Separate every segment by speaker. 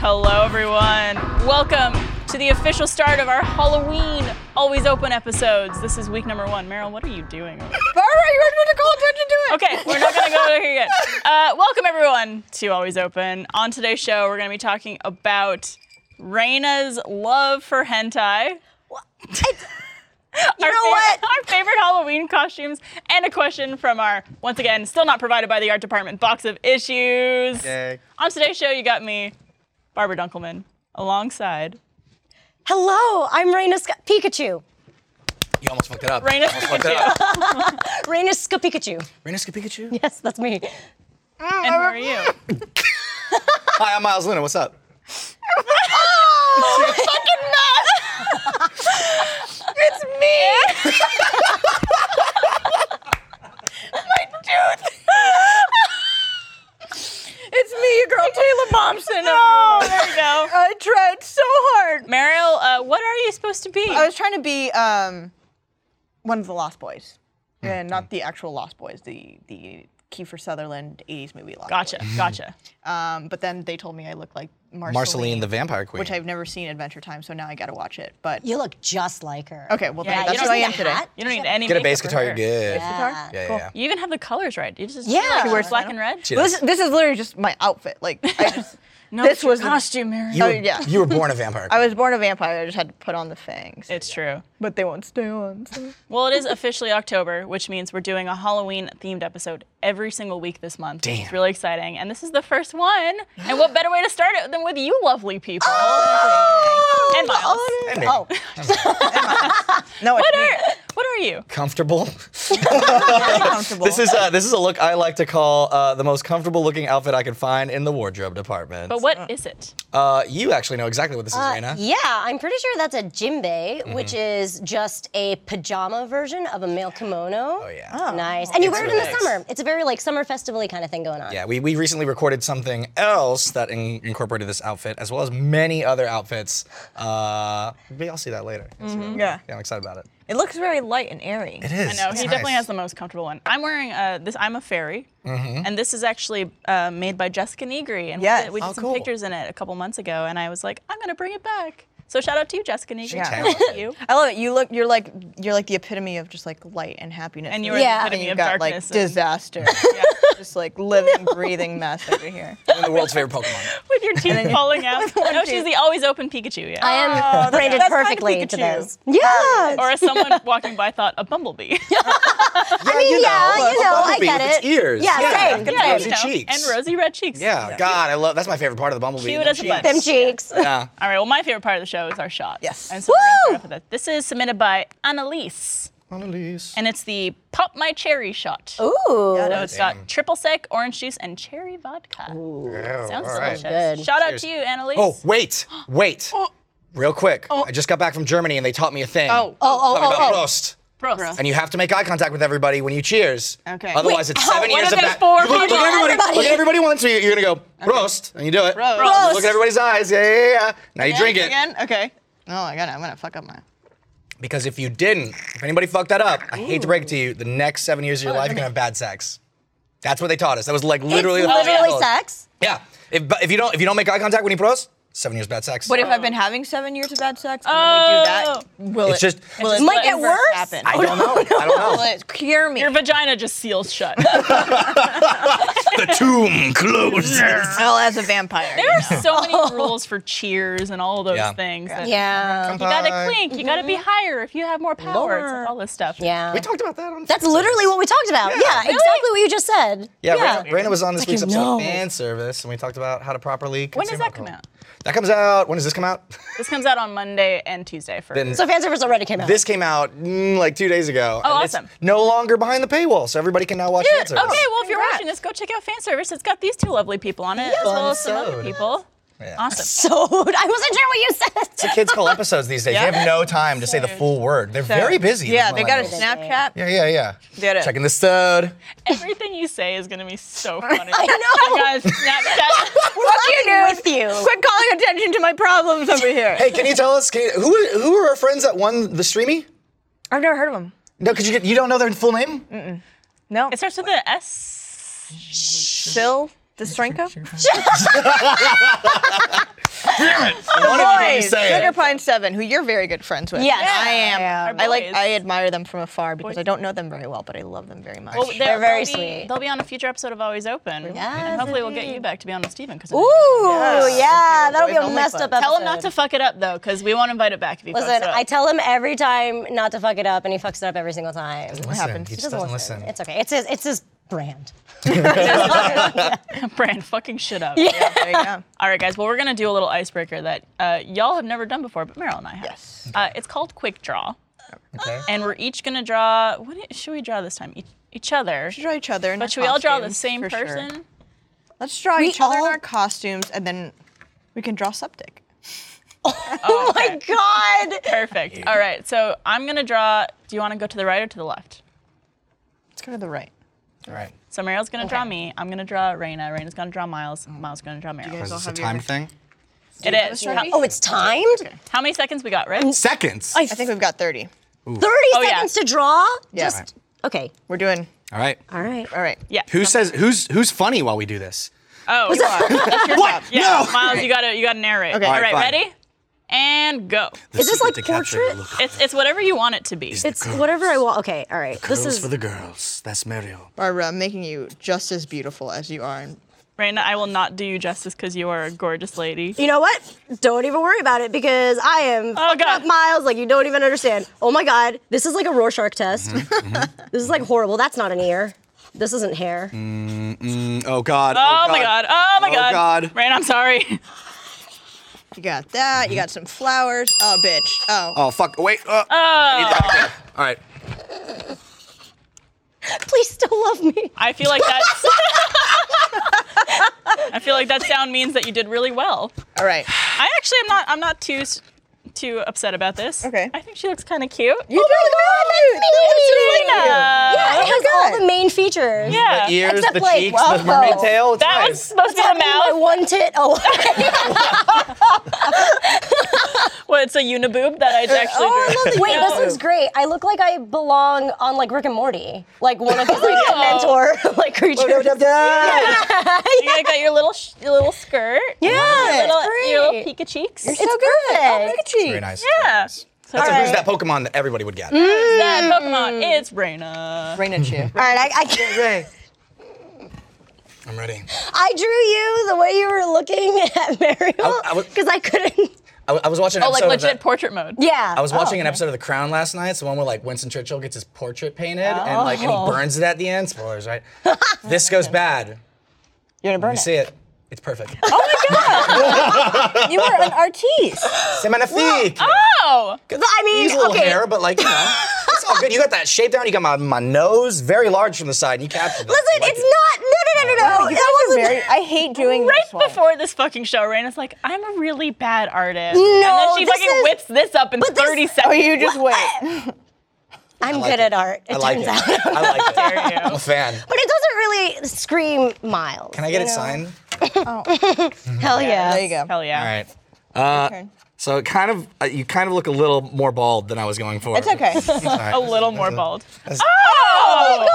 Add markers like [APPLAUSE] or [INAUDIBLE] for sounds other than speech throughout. Speaker 1: Hello, everyone. Welcome to the official start of our Halloween Always Open episodes. This is week number one. Meryl, what are you doing? over there?
Speaker 2: Barbara, you weren't to call attention to it.
Speaker 1: Okay, we're not gonna go there yet. Uh, welcome everyone to Always Open. On today's show, we're gonna be talking about Raina's love for hentai. You
Speaker 2: know what?
Speaker 1: Our favorite Halloween costumes and a question from our, once again, still not provided by the art department, box of issues.
Speaker 3: Yay.
Speaker 1: On today's show, you got me, Barbara Dunkelman, alongside
Speaker 2: Hello, I'm Raina Sk- Pikachu.
Speaker 3: You almost fucked it up.
Speaker 1: Raina
Speaker 3: Almost fucked it up.
Speaker 2: Raina Sk- Pikachu.
Speaker 3: Raina Scoop Pikachu?
Speaker 2: Yes, that's me.
Speaker 1: and who are you?
Speaker 3: Hi, I'm Miles Luna. What's up?
Speaker 1: It's me. My tooth.
Speaker 2: It's me, your girl Taylor Momsen.
Speaker 1: No, there you go.
Speaker 2: I tried so hard.
Speaker 1: Meryl, uh, what are you supposed to be?
Speaker 4: I was trying to be um, one of the Lost Boys,
Speaker 1: Hmm.
Speaker 4: and not the actual Lost Boys, the the Kiefer Sutherland '80s movie Lost
Speaker 1: Gotcha,
Speaker 4: Boys.
Speaker 1: gotcha.
Speaker 4: Um, but then they told me I look like Marceline,
Speaker 3: Marceline the Vampire Queen.
Speaker 4: which I've never seen Adventure Time, so now I got to watch it. But
Speaker 2: You look just like her.
Speaker 4: okay, well
Speaker 1: Yeah,
Speaker 4: then
Speaker 1: you
Speaker 4: that's
Speaker 1: don't
Speaker 4: who I
Speaker 1: need
Speaker 4: am
Speaker 1: a
Speaker 4: today.
Speaker 2: hat.
Speaker 1: You don't need any.
Speaker 3: Get a
Speaker 1: makeup
Speaker 3: bass
Speaker 1: for
Speaker 3: guitar,
Speaker 1: her.
Speaker 3: you're good.
Speaker 2: Yeah.
Speaker 3: Yeah,
Speaker 4: Cool.
Speaker 3: yeah, yeah.
Speaker 1: You even have the colors right. You just
Speaker 2: Yeah.
Speaker 1: like,
Speaker 2: She wears
Speaker 1: black and red.
Speaker 3: She
Speaker 4: Well,
Speaker 3: does.
Speaker 4: this, this is literally just my outfit. Like
Speaker 1: [LAUGHS]
Speaker 4: I just
Speaker 1: No,
Speaker 4: this
Speaker 1: it's your
Speaker 4: was the-
Speaker 1: costume, Meryl.
Speaker 3: You, were,
Speaker 4: oh, yeah.
Speaker 3: you were born a vampire.
Speaker 4: I was born a vampire. I just had to put on the fangs,
Speaker 1: It's true.
Speaker 4: but they won't stay on. So.
Speaker 1: Well, it is officially October, which means we're doing a Halloween themed episode every single week this month. which is
Speaker 3: Damn.
Speaker 1: really exciting. And this is the first one. And what better way to start it than with you lovely
Speaker 3: [GASPS]
Speaker 1: people? Oh, And Miles.
Speaker 3: Hey, man.
Speaker 4: Oh, no, it's
Speaker 1: What
Speaker 4: me.
Speaker 1: are what are you?
Speaker 4: [LAUGHS]
Speaker 3: Comfortable.
Speaker 4: Very comfortable.
Speaker 3: this is uh, this is a look I like to call uh, the most comfortable looking outfit I could find in the wardrobe department.
Speaker 1: But what is it?
Speaker 3: Uh, you actually know exactly what this is,
Speaker 2: Uh,
Speaker 3: Raina. Mm-hmm.
Speaker 2: yeah, I'm pretty sure that's a jimbe, which is just a pajama version of a male kimono. Oh
Speaker 3: yeah.
Speaker 2: nice. And you wear it in the
Speaker 3: nice.
Speaker 2: summer. It's a very like summer festively kind of thing going on.
Speaker 3: Yeah, we, we recently recorded something else that in- incorporated this outfit, as well as many other outfits. Uh, maybe I'll see that later.
Speaker 4: Mm-hmm. yeah.
Speaker 3: Yeah, I'm excited about it.
Speaker 4: It looks very light and airy.
Speaker 3: It is.
Speaker 1: I know
Speaker 3: it's
Speaker 1: he
Speaker 3: nice.
Speaker 1: definitely has the most comfortable one. I'm wearing uh, this. I'm a fairy,
Speaker 3: Mm-hmm.
Speaker 1: and this is actually uh, made by Jessica Negri, and we
Speaker 4: Yes.
Speaker 1: did- we did,
Speaker 3: Oh,
Speaker 1: some
Speaker 3: cool.
Speaker 1: pictures in it a couple months ago. And I was like, I'm gonna bring it back. So shout out to you, Jessica Negri.
Speaker 4: Yeah.
Speaker 1: Shout out to you.
Speaker 4: I love it. You look. You're like. You're like the epitome of just like light and happiness.
Speaker 1: And you were
Speaker 2: Yeah.
Speaker 1: the epitome
Speaker 4: you
Speaker 1: of
Speaker 4: got like
Speaker 1: darkness. and-
Speaker 4: disaster. [LAUGHS]
Speaker 1: yeah.
Speaker 4: just like living, breathing mess over [LAUGHS] here.
Speaker 3: One of [LAUGHS] the world's favorite
Speaker 1: [LAUGHS]
Speaker 3: Pokemon.
Speaker 1: With your teeth falling
Speaker 3: [LAUGHS]
Speaker 1: out. No, she's the always open Pikachu. Yeah.
Speaker 2: I am branded perfectly to those.
Speaker 4: Yeah.
Speaker 1: or as someone walking by thought, a bumblebee.
Speaker 3: [LAUGHS] Yeah,
Speaker 2: mean,
Speaker 3: you know,
Speaker 2: yeah, you
Speaker 3: a
Speaker 2: know, I
Speaker 3: bumblebee
Speaker 2: get
Speaker 3: with its
Speaker 2: it.
Speaker 3: ears.
Speaker 2: Yeah, same,
Speaker 3: and
Speaker 2: good
Speaker 1: Yeah,
Speaker 2: point.
Speaker 3: rosy
Speaker 1: you know,
Speaker 3: cheeks.
Speaker 1: And rosy red cheeks.
Speaker 3: Yeah, God, I love. That's my favorite part of the bumblebee.
Speaker 1: Cute
Speaker 3: them
Speaker 1: as a button.
Speaker 2: Them
Speaker 3: cheeks.
Speaker 2: cheeks.
Speaker 3: Yeah.
Speaker 1: All right. Well, my favorite part of the show is our shots.
Speaker 4: Yes.
Speaker 1: And so we're gonna
Speaker 2: Woo!
Speaker 1: start off with that. This is submitted by Annalise,
Speaker 3: Annalise.
Speaker 1: and it's the pop my cherry shot.
Speaker 2: Ooh.
Speaker 1: So it's got triple sec, orange juice, and cherry vodka.
Speaker 3: Oh,
Speaker 1: Sounds
Speaker 3: all right.
Speaker 1: delicious.
Speaker 3: Oh.
Speaker 2: Good.
Speaker 1: Shout out
Speaker 3: Cheers.
Speaker 1: to you, Annalise.
Speaker 3: Oh, wait, wait. Real quick. I just got back from Germany and they taught me a thing.
Speaker 4: Oh.
Speaker 2: Oh, oh,
Speaker 3: Taught me
Speaker 2: oh,
Speaker 3: about
Speaker 2: oh.
Speaker 3: Prost.
Speaker 1: Prost.
Speaker 3: And you have to make eye contact with everybody when you cheers.
Speaker 4: Okay.
Speaker 3: Otherwise,
Speaker 2: Wait,
Speaker 3: it's
Speaker 2: how-
Speaker 3: seven
Speaker 1: what
Speaker 3: years
Speaker 1: if
Speaker 3: of
Speaker 1: there's
Speaker 3: that.
Speaker 1: four
Speaker 3: you look,
Speaker 1: people?
Speaker 3: look at everybody.
Speaker 2: Everybody.
Speaker 3: Look at everybody once. and you- You're gonna go roast, and you do it.
Speaker 4: Prost.
Speaker 3: You look at everybody's eyes. Yeah, yeah, yeah. Now you drink it.
Speaker 4: again. Okay. Oh my god, I'm gonna fuck up my.
Speaker 3: Because if you didn't, if anybody fucked that up, I hate to break it to you, the next seven years of your life, you're gonna have bad sex. That's what they taught us. That was like literally.
Speaker 2: it's
Speaker 3: the thing they
Speaker 2: literally
Speaker 3: told us.
Speaker 2: sex.
Speaker 3: Yeah. If, but if you don't if you don't make eye contact when you pros, seven years bad sex.
Speaker 4: But if I've been having seven years of bad sex, and
Speaker 1: Oh.
Speaker 4: then we do that. Will
Speaker 3: It's
Speaker 4: it?
Speaker 3: just-
Speaker 4: will
Speaker 1: It
Speaker 4: it
Speaker 1: just might
Speaker 4: let
Speaker 1: get
Speaker 4: inverse
Speaker 2: worse.
Speaker 4: Happen?
Speaker 3: I don't know. I don't
Speaker 4: will
Speaker 3: know.
Speaker 4: it cure me?
Speaker 1: Your vagina just seals
Speaker 3: [LAUGHS]
Speaker 1: shut.
Speaker 3: the tomb closes.
Speaker 4: well, as a vampire.
Speaker 1: there are so
Speaker 2: [LAUGHS]
Speaker 1: many rules for cheers and all those
Speaker 3: Yeah.
Speaker 1: things. that-
Speaker 2: Yeah.
Speaker 1: You gotta
Speaker 3: Bye.
Speaker 1: clink. You gotta
Speaker 2: Mm-hmm.
Speaker 1: be higher if you have more power. It's like all this stuff.
Speaker 2: Yeah.
Speaker 3: We talked about that on.
Speaker 2: That's literally what we talked about. Yeah, exactly what you just said.
Speaker 3: Yeah, Raina, Raina was on this week's
Speaker 2: you
Speaker 3: episode
Speaker 2: know.
Speaker 3: of Fan Service, and we talked about how to properly.
Speaker 1: When does
Speaker 3: consume
Speaker 1: that come
Speaker 3: alcohol.
Speaker 1: out?
Speaker 3: That comes out. When does this come out? [LAUGHS]
Speaker 1: This comes out on Monday and Tuesday for
Speaker 3: Then-
Speaker 2: So fan service already came out.
Speaker 3: this came out mm, like two days ago.
Speaker 1: Oh,
Speaker 3: and it's
Speaker 1: awesome.
Speaker 3: no longer behind the paywall, so everybody can now watch Fan
Speaker 1: Dude, okay,
Speaker 3: Service.
Speaker 1: well, if you're
Speaker 4: Congrats.
Speaker 1: watching this, go check out fan service. It's got these two lovely people on it, as
Speaker 3: Fun
Speaker 1: well as some other
Speaker 3: sewed.
Speaker 1: people.
Speaker 3: Yeah. [LAUGHS]
Speaker 1: Awesome.
Speaker 2: so [LAUGHS] I wasn't sure what you [LAUGHS] said.
Speaker 3: Kids call episodes these days.
Speaker 4: Yeah.
Speaker 3: They have no time to say the full word. They're very busy.
Speaker 4: Yeah,
Speaker 3: these
Speaker 4: they got a
Speaker 3: millennials.
Speaker 4: Snapchat.
Speaker 3: Yeah, yeah, yeah.
Speaker 4: Get it.
Speaker 3: Checking the stud.
Speaker 1: Everything you say is gonna be so funny.
Speaker 2: [LAUGHS] I know.
Speaker 1: You guys,
Speaker 2: [LAUGHS]
Speaker 1: Snapchat.
Speaker 2: We're laughing with you.
Speaker 4: Quit calling attention to my problems over here.
Speaker 3: Hey, can you tell us? Can you, who who are our friends that won the streamy?
Speaker 4: I've never heard of them.
Speaker 3: No, because you get, you don't know their full name.
Speaker 4: No.
Speaker 1: It starts with an S.
Speaker 4: Sil Destrenko? [LAUGHS]
Speaker 3: One of you didn't
Speaker 4: Boys,
Speaker 3: say it.
Speaker 4: Sugar Pine Seven, who you're very good friends with.
Speaker 2: Yes.
Speaker 4: I am.
Speaker 1: Yeah.
Speaker 4: I like.
Speaker 1: Our boys.
Speaker 4: I admire them from afar because I don't know them very well, but I love them very much.
Speaker 1: Well,
Speaker 2: They're very
Speaker 1: they'll be,
Speaker 2: sweet.
Speaker 1: They'll be on a future episode of Always Open.
Speaker 2: Yes,
Speaker 1: And hopefully we'll get you back to be on with Steven. 'cause I-
Speaker 2: Ooh,
Speaker 4: Yes.
Speaker 2: yeah, that'll
Speaker 4: Boys
Speaker 2: be a
Speaker 4: only
Speaker 2: messed
Speaker 4: club.
Speaker 2: up episode.
Speaker 1: Tell him not to fuck it up, though, because we won't invite it back if he
Speaker 2: Listen,
Speaker 1: fucks it up.
Speaker 2: I tell him every time not to fuck it up, and he fucks it up every single time. He
Speaker 3: Listen,
Speaker 4: happens.
Speaker 3: He just
Speaker 2: doesn't
Speaker 3: doesn't
Speaker 2: listen.
Speaker 3: listen.
Speaker 2: It's okay. It's his. It's his brand.
Speaker 1: [LAUGHS] Brand, fucking shit up.
Speaker 4: yeah, there you go.
Speaker 1: All right, guys. Well, we're gonna do a little icebreaker that uh, y'all have never done before, but Meryl and I have.
Speaker 4: Yes.
Speaker 1: Uh, it's called Quick Draw,
Speaker 3: Okay.
Speaker 1: and we're each gonna draw. What i- should we draw this time? Each, each other.
Speaker 4: [LAUGHS] Draw each other. In
Speaker 1: But
Speaker 4: our
Speaker 1: should we all draw the
Speaker 4: costumes,
Speaker 1: same
Speaker 4: for sure.
Speaker 1: person? [LAUGHS]
Speaker 4: Let's draw each other
Speaker 2: all-
Speaker 4: in our costumes, and then we can draw Septic.
Speaker 2: [LAUGHS] Oh my god! [LAUGHS]
Speaker 1: Perfect. All right. So I'm gonna draw. Do you want to go to the right or to the left?
Speaker 4: Let's go to the right.
Speaker 3: All right.
Speaker 1: So Meryl's gonna draw me. I'm gonna draw Raina. Raina's gonna draw Miles. Miles is gonna draw Meryl.
Speaker 3: Is
Speaker 4: I'll
Speaker 3: this a
Speaker 4: have
Speaker 3: time
Speaker 4: your-
Speaker 3: thing?
Speaker 1: It is.
Speaker 4: this already?
Speaker 1: How,
Speaker 2: Oh, it's timed.
Speaker 1: how many seconds we got, right?
Speaker 3: Seconds.
Speaker 4: I think we've got 30.
Speaker 2: Thirty
Speaker 1: yeah.
Speaker 2: seconds to draw.
Speaker 4: Yeah.
Speaker 2: Just okay.
Speaker 4: We're doing.
Speaker 3: All right.
Speaker 2: All right.
Speaker 4: All right.
Speaker 1: Yeah.
Speaker 3: Who says who's who's funny while we do this?
Speaker 1: Oh.
Speaker 3: What?
Speaker 1: Yeah.
Speaker 3: No.
Speaker 1: Miles, you gotta you gotta narrate.
Speaker 4: Okay.
Speaker 1: All right.
Speaker 3: All right, fine.
Speaker 1: Ready? And go.
Speaker 2: Is this like portrait?
Speaker 1: It's it's whatever you want it to be.
Speaker 2: It's whatever I want. Okay. All right. This
Speaker 3: Girls
Speaker 2: is.
Speaker 3: for the girls. That's Mario.
Speaker 4: Barbara, I'm making you just as beautiful as you are. And
Speaker 1: Raina, I will not do you justice because you are a gorgeous lady.
Speaker 2: you know what? Don't even worry about it because I am fucking
Speaker 1: God.
Speaker 2: up miles like you don't even understand. Oh my god, this is like a Rorschach test. [LAUGHS] this is like horrible. That's not an ear. This isn't hair.
Speaker 3: Oh God.
Speaker 1: Oh, my god. Oh my
Speaker 3: Oh,
Speaker 1: god.
Speaker 3: God.
Speaker 1: Raina, I'm sorry. [LAUGHS]
Speaker 4: you got that. You got some flowers. Oh, bitch. Oh.
Speaker 3: Oh fuck. Wait. Uh,
Speaker 1: Oh,
Speaker 3: All right.
Speaker 2: Please still love me.
Speaker 1: I feel like that's. [LAUGHS] I feel like that sound means that you did really well.
Speaker 4: All right.
Speaker 1: I actually am not. I'm not too s- too upset about this.
Speaker 4: Okay.
Speaker 1: I think she looks kind of cute.
Speaker 4: You oh
Speaker 1: Raina.
Speaker 2: yeah, it
Speaker 4: my
Speaker 2: has all
Speaker 4: God.
Speaker 2: the main features.
Speaker 1: Yeah.
Speaker 3: Ears,
Speaker 2: Except,
Speaker 3: the
Speaker 2: like,
Speaker 3: cheeks,
Speaker 2: wow.
Speaker 3: the mermaid tail. It's
Speaker 1: That
Speaker 3: nice.
Speaker 1: was supposed to be
Speaker 2: I
Speaker 1: the
Speaker 2: mean, my
Speaker 1: mouth.
Speaker 2: one tit. Oh,
Speaker 1: Well, it's a uniboob that I actually
Speaker 4: Oh, I
Speaker 1: drew.
Speaker 4: love the
Speaker 2: wait, this
Speaker 4: yellow.
Speaker 2: one's great. I look like I belong on like Rick and Morty, like one of his like mentor [LAUGHS] like creatures.
Speaker 1: You gotta got your little sh- your little skirt.
Speaker 2: Yeah,
Speaker 1: Your
Speaker 2: it's
Speaker 1: little, your little
Speaker 2: great.
Speaker 1: Pika cheeks.
Speaker 2: It's perfect.
Speaker 3: Very nice.
Speaker 1: Yeah.
Speaker 3: That's
Speaker 2: All
Speaker 3: a, who's
Speaker 2: right.
Speaker 3: that Pokemon that everybody would get?
Speaker 1: that Pokemon. It's Raina.
Speaker 4: Rain
Speaker 1: [LAUGHS]
Speaker 4: and you.
Speaker 2: All right, I, I,
Speaker 3: I'm ready.
Speaker 2: I drew you the way you were looking [LAUGHS] at
Speaker 3: I
Speaker 2: Mariel
Speaker 3: was-
Speaker 2: because I, couldn't.
Speaker 3: I, I was watching. An
Speaker 1: Oh, like
Speaker 3: episode of
Speaker 1: legit
Speaker 3: the-
Speaker 1: portrait mode.
Speaker 2: Yeah.
Speaker 3: I was watching an episode of The Crown last night. It's the one where like Winston Churchill gets his portrait painted and like and he burns it at the end. Spoilers, right? this goes bad.
Speaker 4: You're gonna burn
Speaker 3: You see it? It's perfect.
Speaker 2: Oh.
Speaker 4: You are
Speaker 3: [LAUGHS]
Speaker 4: an artiste.
Speaker 3: C'est magnifique.
Speaker 1: Oh,
Speaker 2: Oh. I mean,
Speaker 3: He's a little
Speaker 2: okay.
Speaker 3: hair, but like you know, it's all good. You got that shape down. You got my, my nose very large from the side. And you captured it.
Speaker 2: Listen,
Speaker 3: Like
Speaker 2: it's
Speaker 3: it.
Speaker 2: not. No, no, no, no, no.
Speaker 4: You
Speaker 2: That
Speaker 4: guys are
Speaker 2: wasn't.
Speaker 4: very. I hate doing
Speaker 1: right
Speaker 4: this one.
Speaker 1: before this fucking show, Raina's like, I'm a really bad artist. and
Speaker 2: No,
Speaker 1: then she
Speaker 2: this
Speaker 1: fucking
Speaker 2: is-
Speaker 1: whips this up in 30
Speaker 4: Oh,
Speaker 1: seconds.
Speaker 4: [LAUGHS] you just wait.
Speaker 2: I'm
Speaker 3: like
Speaker 2: good at
Speaker 3: it.
Speaker 2: art. It
Speaker 3: I like
Speaker 2: turns
Speaker 3: it.
Speaker 2: out.
Speaker 3: I like it.
Speaker 1: There you
Speaker 3: I'm
Speaker 1: go.
Speaker 3: a fan.
Speaker 2: But it doesn't really scream miles.
Speaker 3: Can I get it signed?
Speaker 2: Hell yeah.
Speaker 4: There you go.
Speaker 1: [LAUGHS] Hell yeah.
Speaker 3: All right.
Speaker 4: turn.
Speaker 3: So it kind of uh, you kind of look a little more bald than I was going for.
Speaker 4: It's okay.
Speaker 1: [LAUGHS]
Speaker 4: [LAUGHS]
Speaker 3: Sorry.
Speaker 1: A little more bald. Oh!
Speaker 2: Oh!
Speaker 3: Oh,
Speaker 4: I love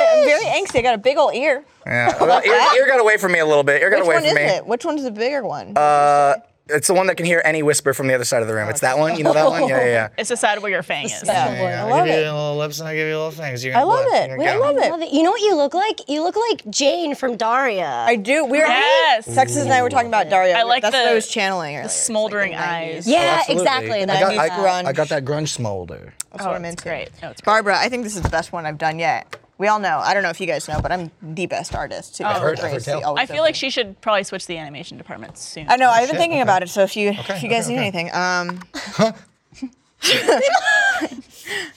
Speaker 4: it. I'm very angsty. I got a big old ear.
Speaker 3: Yeah. Well, ear, ear got away from me a little bit. Ear got
Speaker 4: Which
Speaker 3: away
Speaker 4: one
Speaker 3: from
Speaker 4: is
Speaker 3: me. Uh,
Speaker 4: it? Which one's the bigger one?
Speaker 3: It's the one that can hear any whisper from the other side of the room. It's that one. You know that one? Yeah, yeah,
Speaker 4: [LAUGHS]
Speaker 3: yeah.
Speaker 1: It's decided where your fang is. Oh,
Speaker 4: Yeah. I love it.
Speaker 3: little lips and I give you little things.
Speaker 4: I love it. We- I love
Speaker 2: I
Speaker 4: it.
Speaker 2: love it. You know what you look like? You look like Jane from Daria.
Speaker 4: I do. We're
Speaker 1: Yes.
Speaker 4: Texas and I were talking about Daria.
Speaker 1: I like
Speaker 4: That's what
Speaker 1: the-
Speaker 4: I was channeling earlier. It's like
Speaker 1: smoldering
Speaker 4: the 90s.
Speaker 1: eyes.
Speaker 2: yeah, exactly.
Speaker 3: Oh, I
Speaker 2: That
Speaker 3: got,
Speaker 2: is
Speaker 3: I,
Speaker 2: that.
Speaker 4: grunge.
Speaker 3: I got that grunge
Speaker 4: [LAUGHS]
Speaker 3: smolder.
Speaker 4: That's what I'm into.
Speaker 1: Great. No, Oh, it's great.
Speaker 4: Barbara, I think this is the best one I've done yet. We all know. I don't know if you guys know, but I'm the best artist. Too.
Speaker 3: heard- I've heard tell.
Speaker 1: Oh, I feel like she should probably switch the animation department soon.
Speaker 4: I know. I've been thinking about it. So if you if you
Speaker 3: okay,
Speaker 4: guys need
Speaker 3: okay.
Speaker 4: anything, um.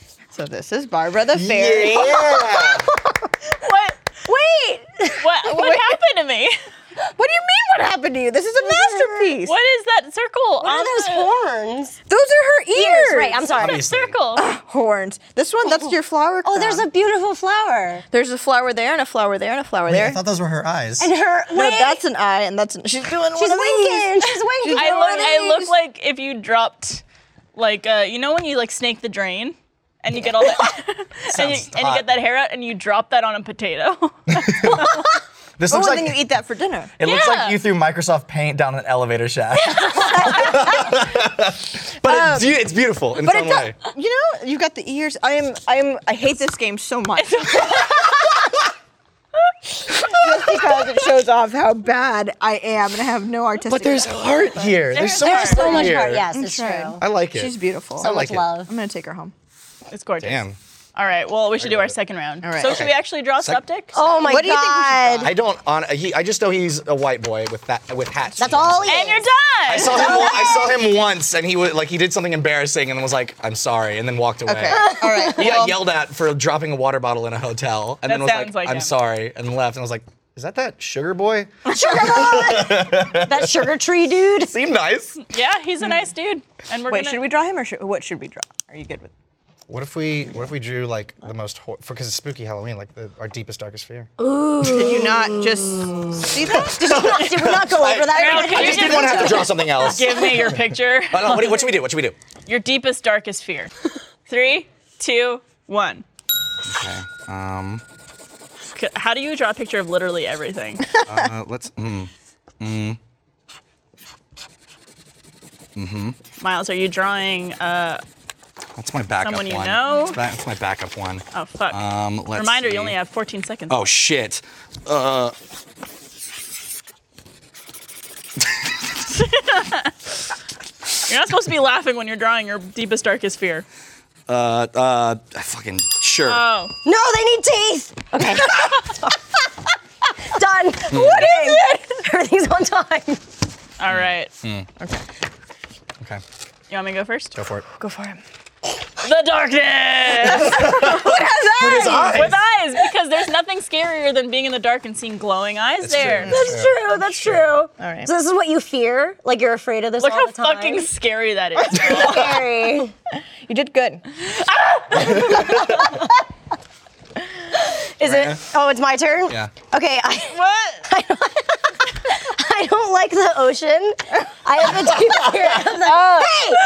Speaker 4: [LAUGHS] so this is Barbara the fairy.
Speaker 3: Yeah.
Speaker 1: What?
Speaker 4: Wait,
Speaker 1: What, what happened to me? [LAUGHS]
Speaker 4: what do you mean? What happened to you? This is a masterpiece.
Speaker 1: What is that circle? What
Speaker 2: What are those horns?
Speaker 4: Those are her ears.
Speaker 2: Ears, right. I'm sorry.
Speaker 3: Obviously.
Speaker 1: Circle.
Speaker 4: Horns. This one, that's your flower.
Speaker 2: Oh, there's
Speaker 4: crown.
Speaker 2: a beautiful flower.
Speaker 4: there's a flower there and a flower there and a flower there.
Speaker 3: those were her eyes.
Speaker 2: And her
Speaker 4: No,
Speaker 2: wig.
Speaker 4: that's an eye, and that's an, she's doing
Speaker 2: She's
Speaker 4: one of
Speaker 2: winking.
Speaker 3: [LAUGHS]
Speaker 4: these.
Speaker 2: She's winking.
Speaker 1: I
Speaker 2: One
Speaker 1: look,
Speaker 2: of
Speaker 1: I look
Speaker 2: these.
Speaker 1: like if you dropped, like, uh, you know when you like snake the drain and you get all that, and, you,
Speaker 3: Sounds
Speaker 1: and you
Speaker 3: hot.
Speaker 1: get that hair out, and you drop that on a potato. [LAUGHS]
Speaker 3: This
Speaker 4: Oh,
Speaker 3: looks
Speaker 4: and
Speaker 3: like
Speaker 4: then you eat that for dinner.
Speaker 3: it looks
Speaker 1: Yeah.
Speaker 3: like you threw Microsoft Paint down an elevator shaft. [LAUGHS] but it's, be- it's beautiful in its
Speaker 4: Um, But
Speaker 3: own
Speaker 4: it's
Speaker 3: way.
Speaker 4: not, you know, you've got the ears. I am, I am, I hate this game so [LAUGHS] much. Just because it shows off how bad I am and I have no artistic.
Speaker 3: But there's heart here. There's so much
Speaker 2: There's so
Speaker 3: heart
Speaker 2: much
Speaker 3: here.
Speaker 2: heart. Yes, it's
Speaker 4: Sure.
Speaker 2: true.
Speaker 3: I like it.
Speaker 4: She's beautiful.
Speaker 2: So
Speaker 4: I'm
Speaker 3: like
Speaker 2: much
Speaker 3: it.
Speaker 2: love.
Speaker 4: gonna take her home.
Speaker 1: it's gorgeous.
Speaker 3: Damn.
Speaker 1: All right. Well, we should do our second round.
Speaker 4: right.
Speaker 1: So
Speaker 4: Okay.
Speaker 1: should we actually draw
Speaker 3: Sec-
Speaker 1: Skeptic?
Speaker 2: Oh my
Speaker 4: What do you think we should
Speaker 2: god.
Speaker 4: draw?
Speaker 3: I don't. On uh, he, I just know he's a white boy with that with hats.
Speaker 2: That's all he
Speaker 1: and you're
Speaker 2: is.
Speaker 1: done.
Speaker 3: I saw him. I saw him once, and he was like he did something embarrassing, and was like, "I'm sorry," and then walked away.
Speaker 4: Okay. [LAUGHS] All right.
Speaker 3: He
Speaker 4: well,
Speaker 3: got yelled at for dropping a water bottle in a hotel, and
Speaker 1: That
Speaker 3: then was like,
Speaker 1: sounds like
Speaker 3: "I'm
Speaker 1: him.
Speaker 3: sorry," and left. And I was like, "Is that that sugar boy?" [LAUGHS]
Speaker 2: [LAUGHS] that sugar tree [LAUGHS] dude.
Speaker 3: Seemed nice.
Speaker 1: Yeah, he's a nice dude. And we're
Speaker 4: Wait,
Speaker 1: gonna. [LAUGHS]
Speaker 4: should we draw him or should, what should we draw? Are you good with?
Speaker 3: What if we What if we drew like the most hor- for because it's spooky Halloween, like the, our deepest darkest fear?
Speaker 4: Did you not just see [LAUGHS] that?
Speaker 2: Did we not go over [LAUGHS] that?
Speaker 1: Okay,
Speaker 3: I just didn't want to have to draw something
Speaker 1: [LAUGHS]
Speaker 3: else.
Speaker 1: Give me your
Speaker 3: [LAUGHS]
Speaker 1: picture.
Speaker 3: Oh, no, what, do- what should we do? What should we do?
Speaker 1: your deepest, darkest
Speaker 2: [LAUGHS]
Speaker 1: fear. Three, two, one.
Speaker 3: Okay. Um.
Speaker 1: C- How do you draw a picture of literally
Speaker 2: [LAUGHS]
Speaker 1: everything?
Speaker 3: Uh, let's. Mm,
Speaker 1: Miles, are you drawing? Uh,
Speaker 3: that's my backup
Speaker 1: Someone you know?
Speaker 3: That's my backup one. Um,
Speaker 1: oh fuck.
Speaker 3: Uh, let's
Speaker 1: Reminder,
Speaker 3: see.
Speaker 1: you only have 14 seconds.
Speaker 3: Oh shit. Uh.
Speaker 1: You're not supposed to be laughing when you're drawing your deepest, darkest fear.
Speaker 3: Uh. Uh. Fucking sure.
Speaker 1: Oh.
Speaker 2: No, they need teeth. Okay. [LAUGHS] done. What is it? Everything's on time.
Speaker 3: Mm.
Speaker 1: All right.
Speaker 3: okay.
Speaker 1: You want me to go first?
Speaker 3: Go for it.
Speaker 4: Go for him.
Speaker 1: The darkness!
Speaker 3: His eyes.
Speaker 1: With eyes, because there's nothing scarier than being in the dark and seeing glowing eyes there.
Speaker 3: true.
Speaker 2: That's true. That's true. All
Speaker 4: right.
Speaker 2: So this is what you fear? Like you're afraid of this
Speaker 1: Look
Speaker 2: all
Speaker 1: how
Speaker 2: the time?
Speaker 1: fucking scary
Speaker 2: [LAUGHS]
Speaker 1: that is.
Speaker 2: scary.
Speaker 4: You did good.
Speaker 2: Is it? Oh, it's my turn?
Speaker 3: Yeah.
Speaker 2: Okay, I,
Speaker 1: what?
Speaker 2: I don't like the ocean. I have a
Speaker 4: [LAUGHS]
Speaker 2: deep fear of the Hey!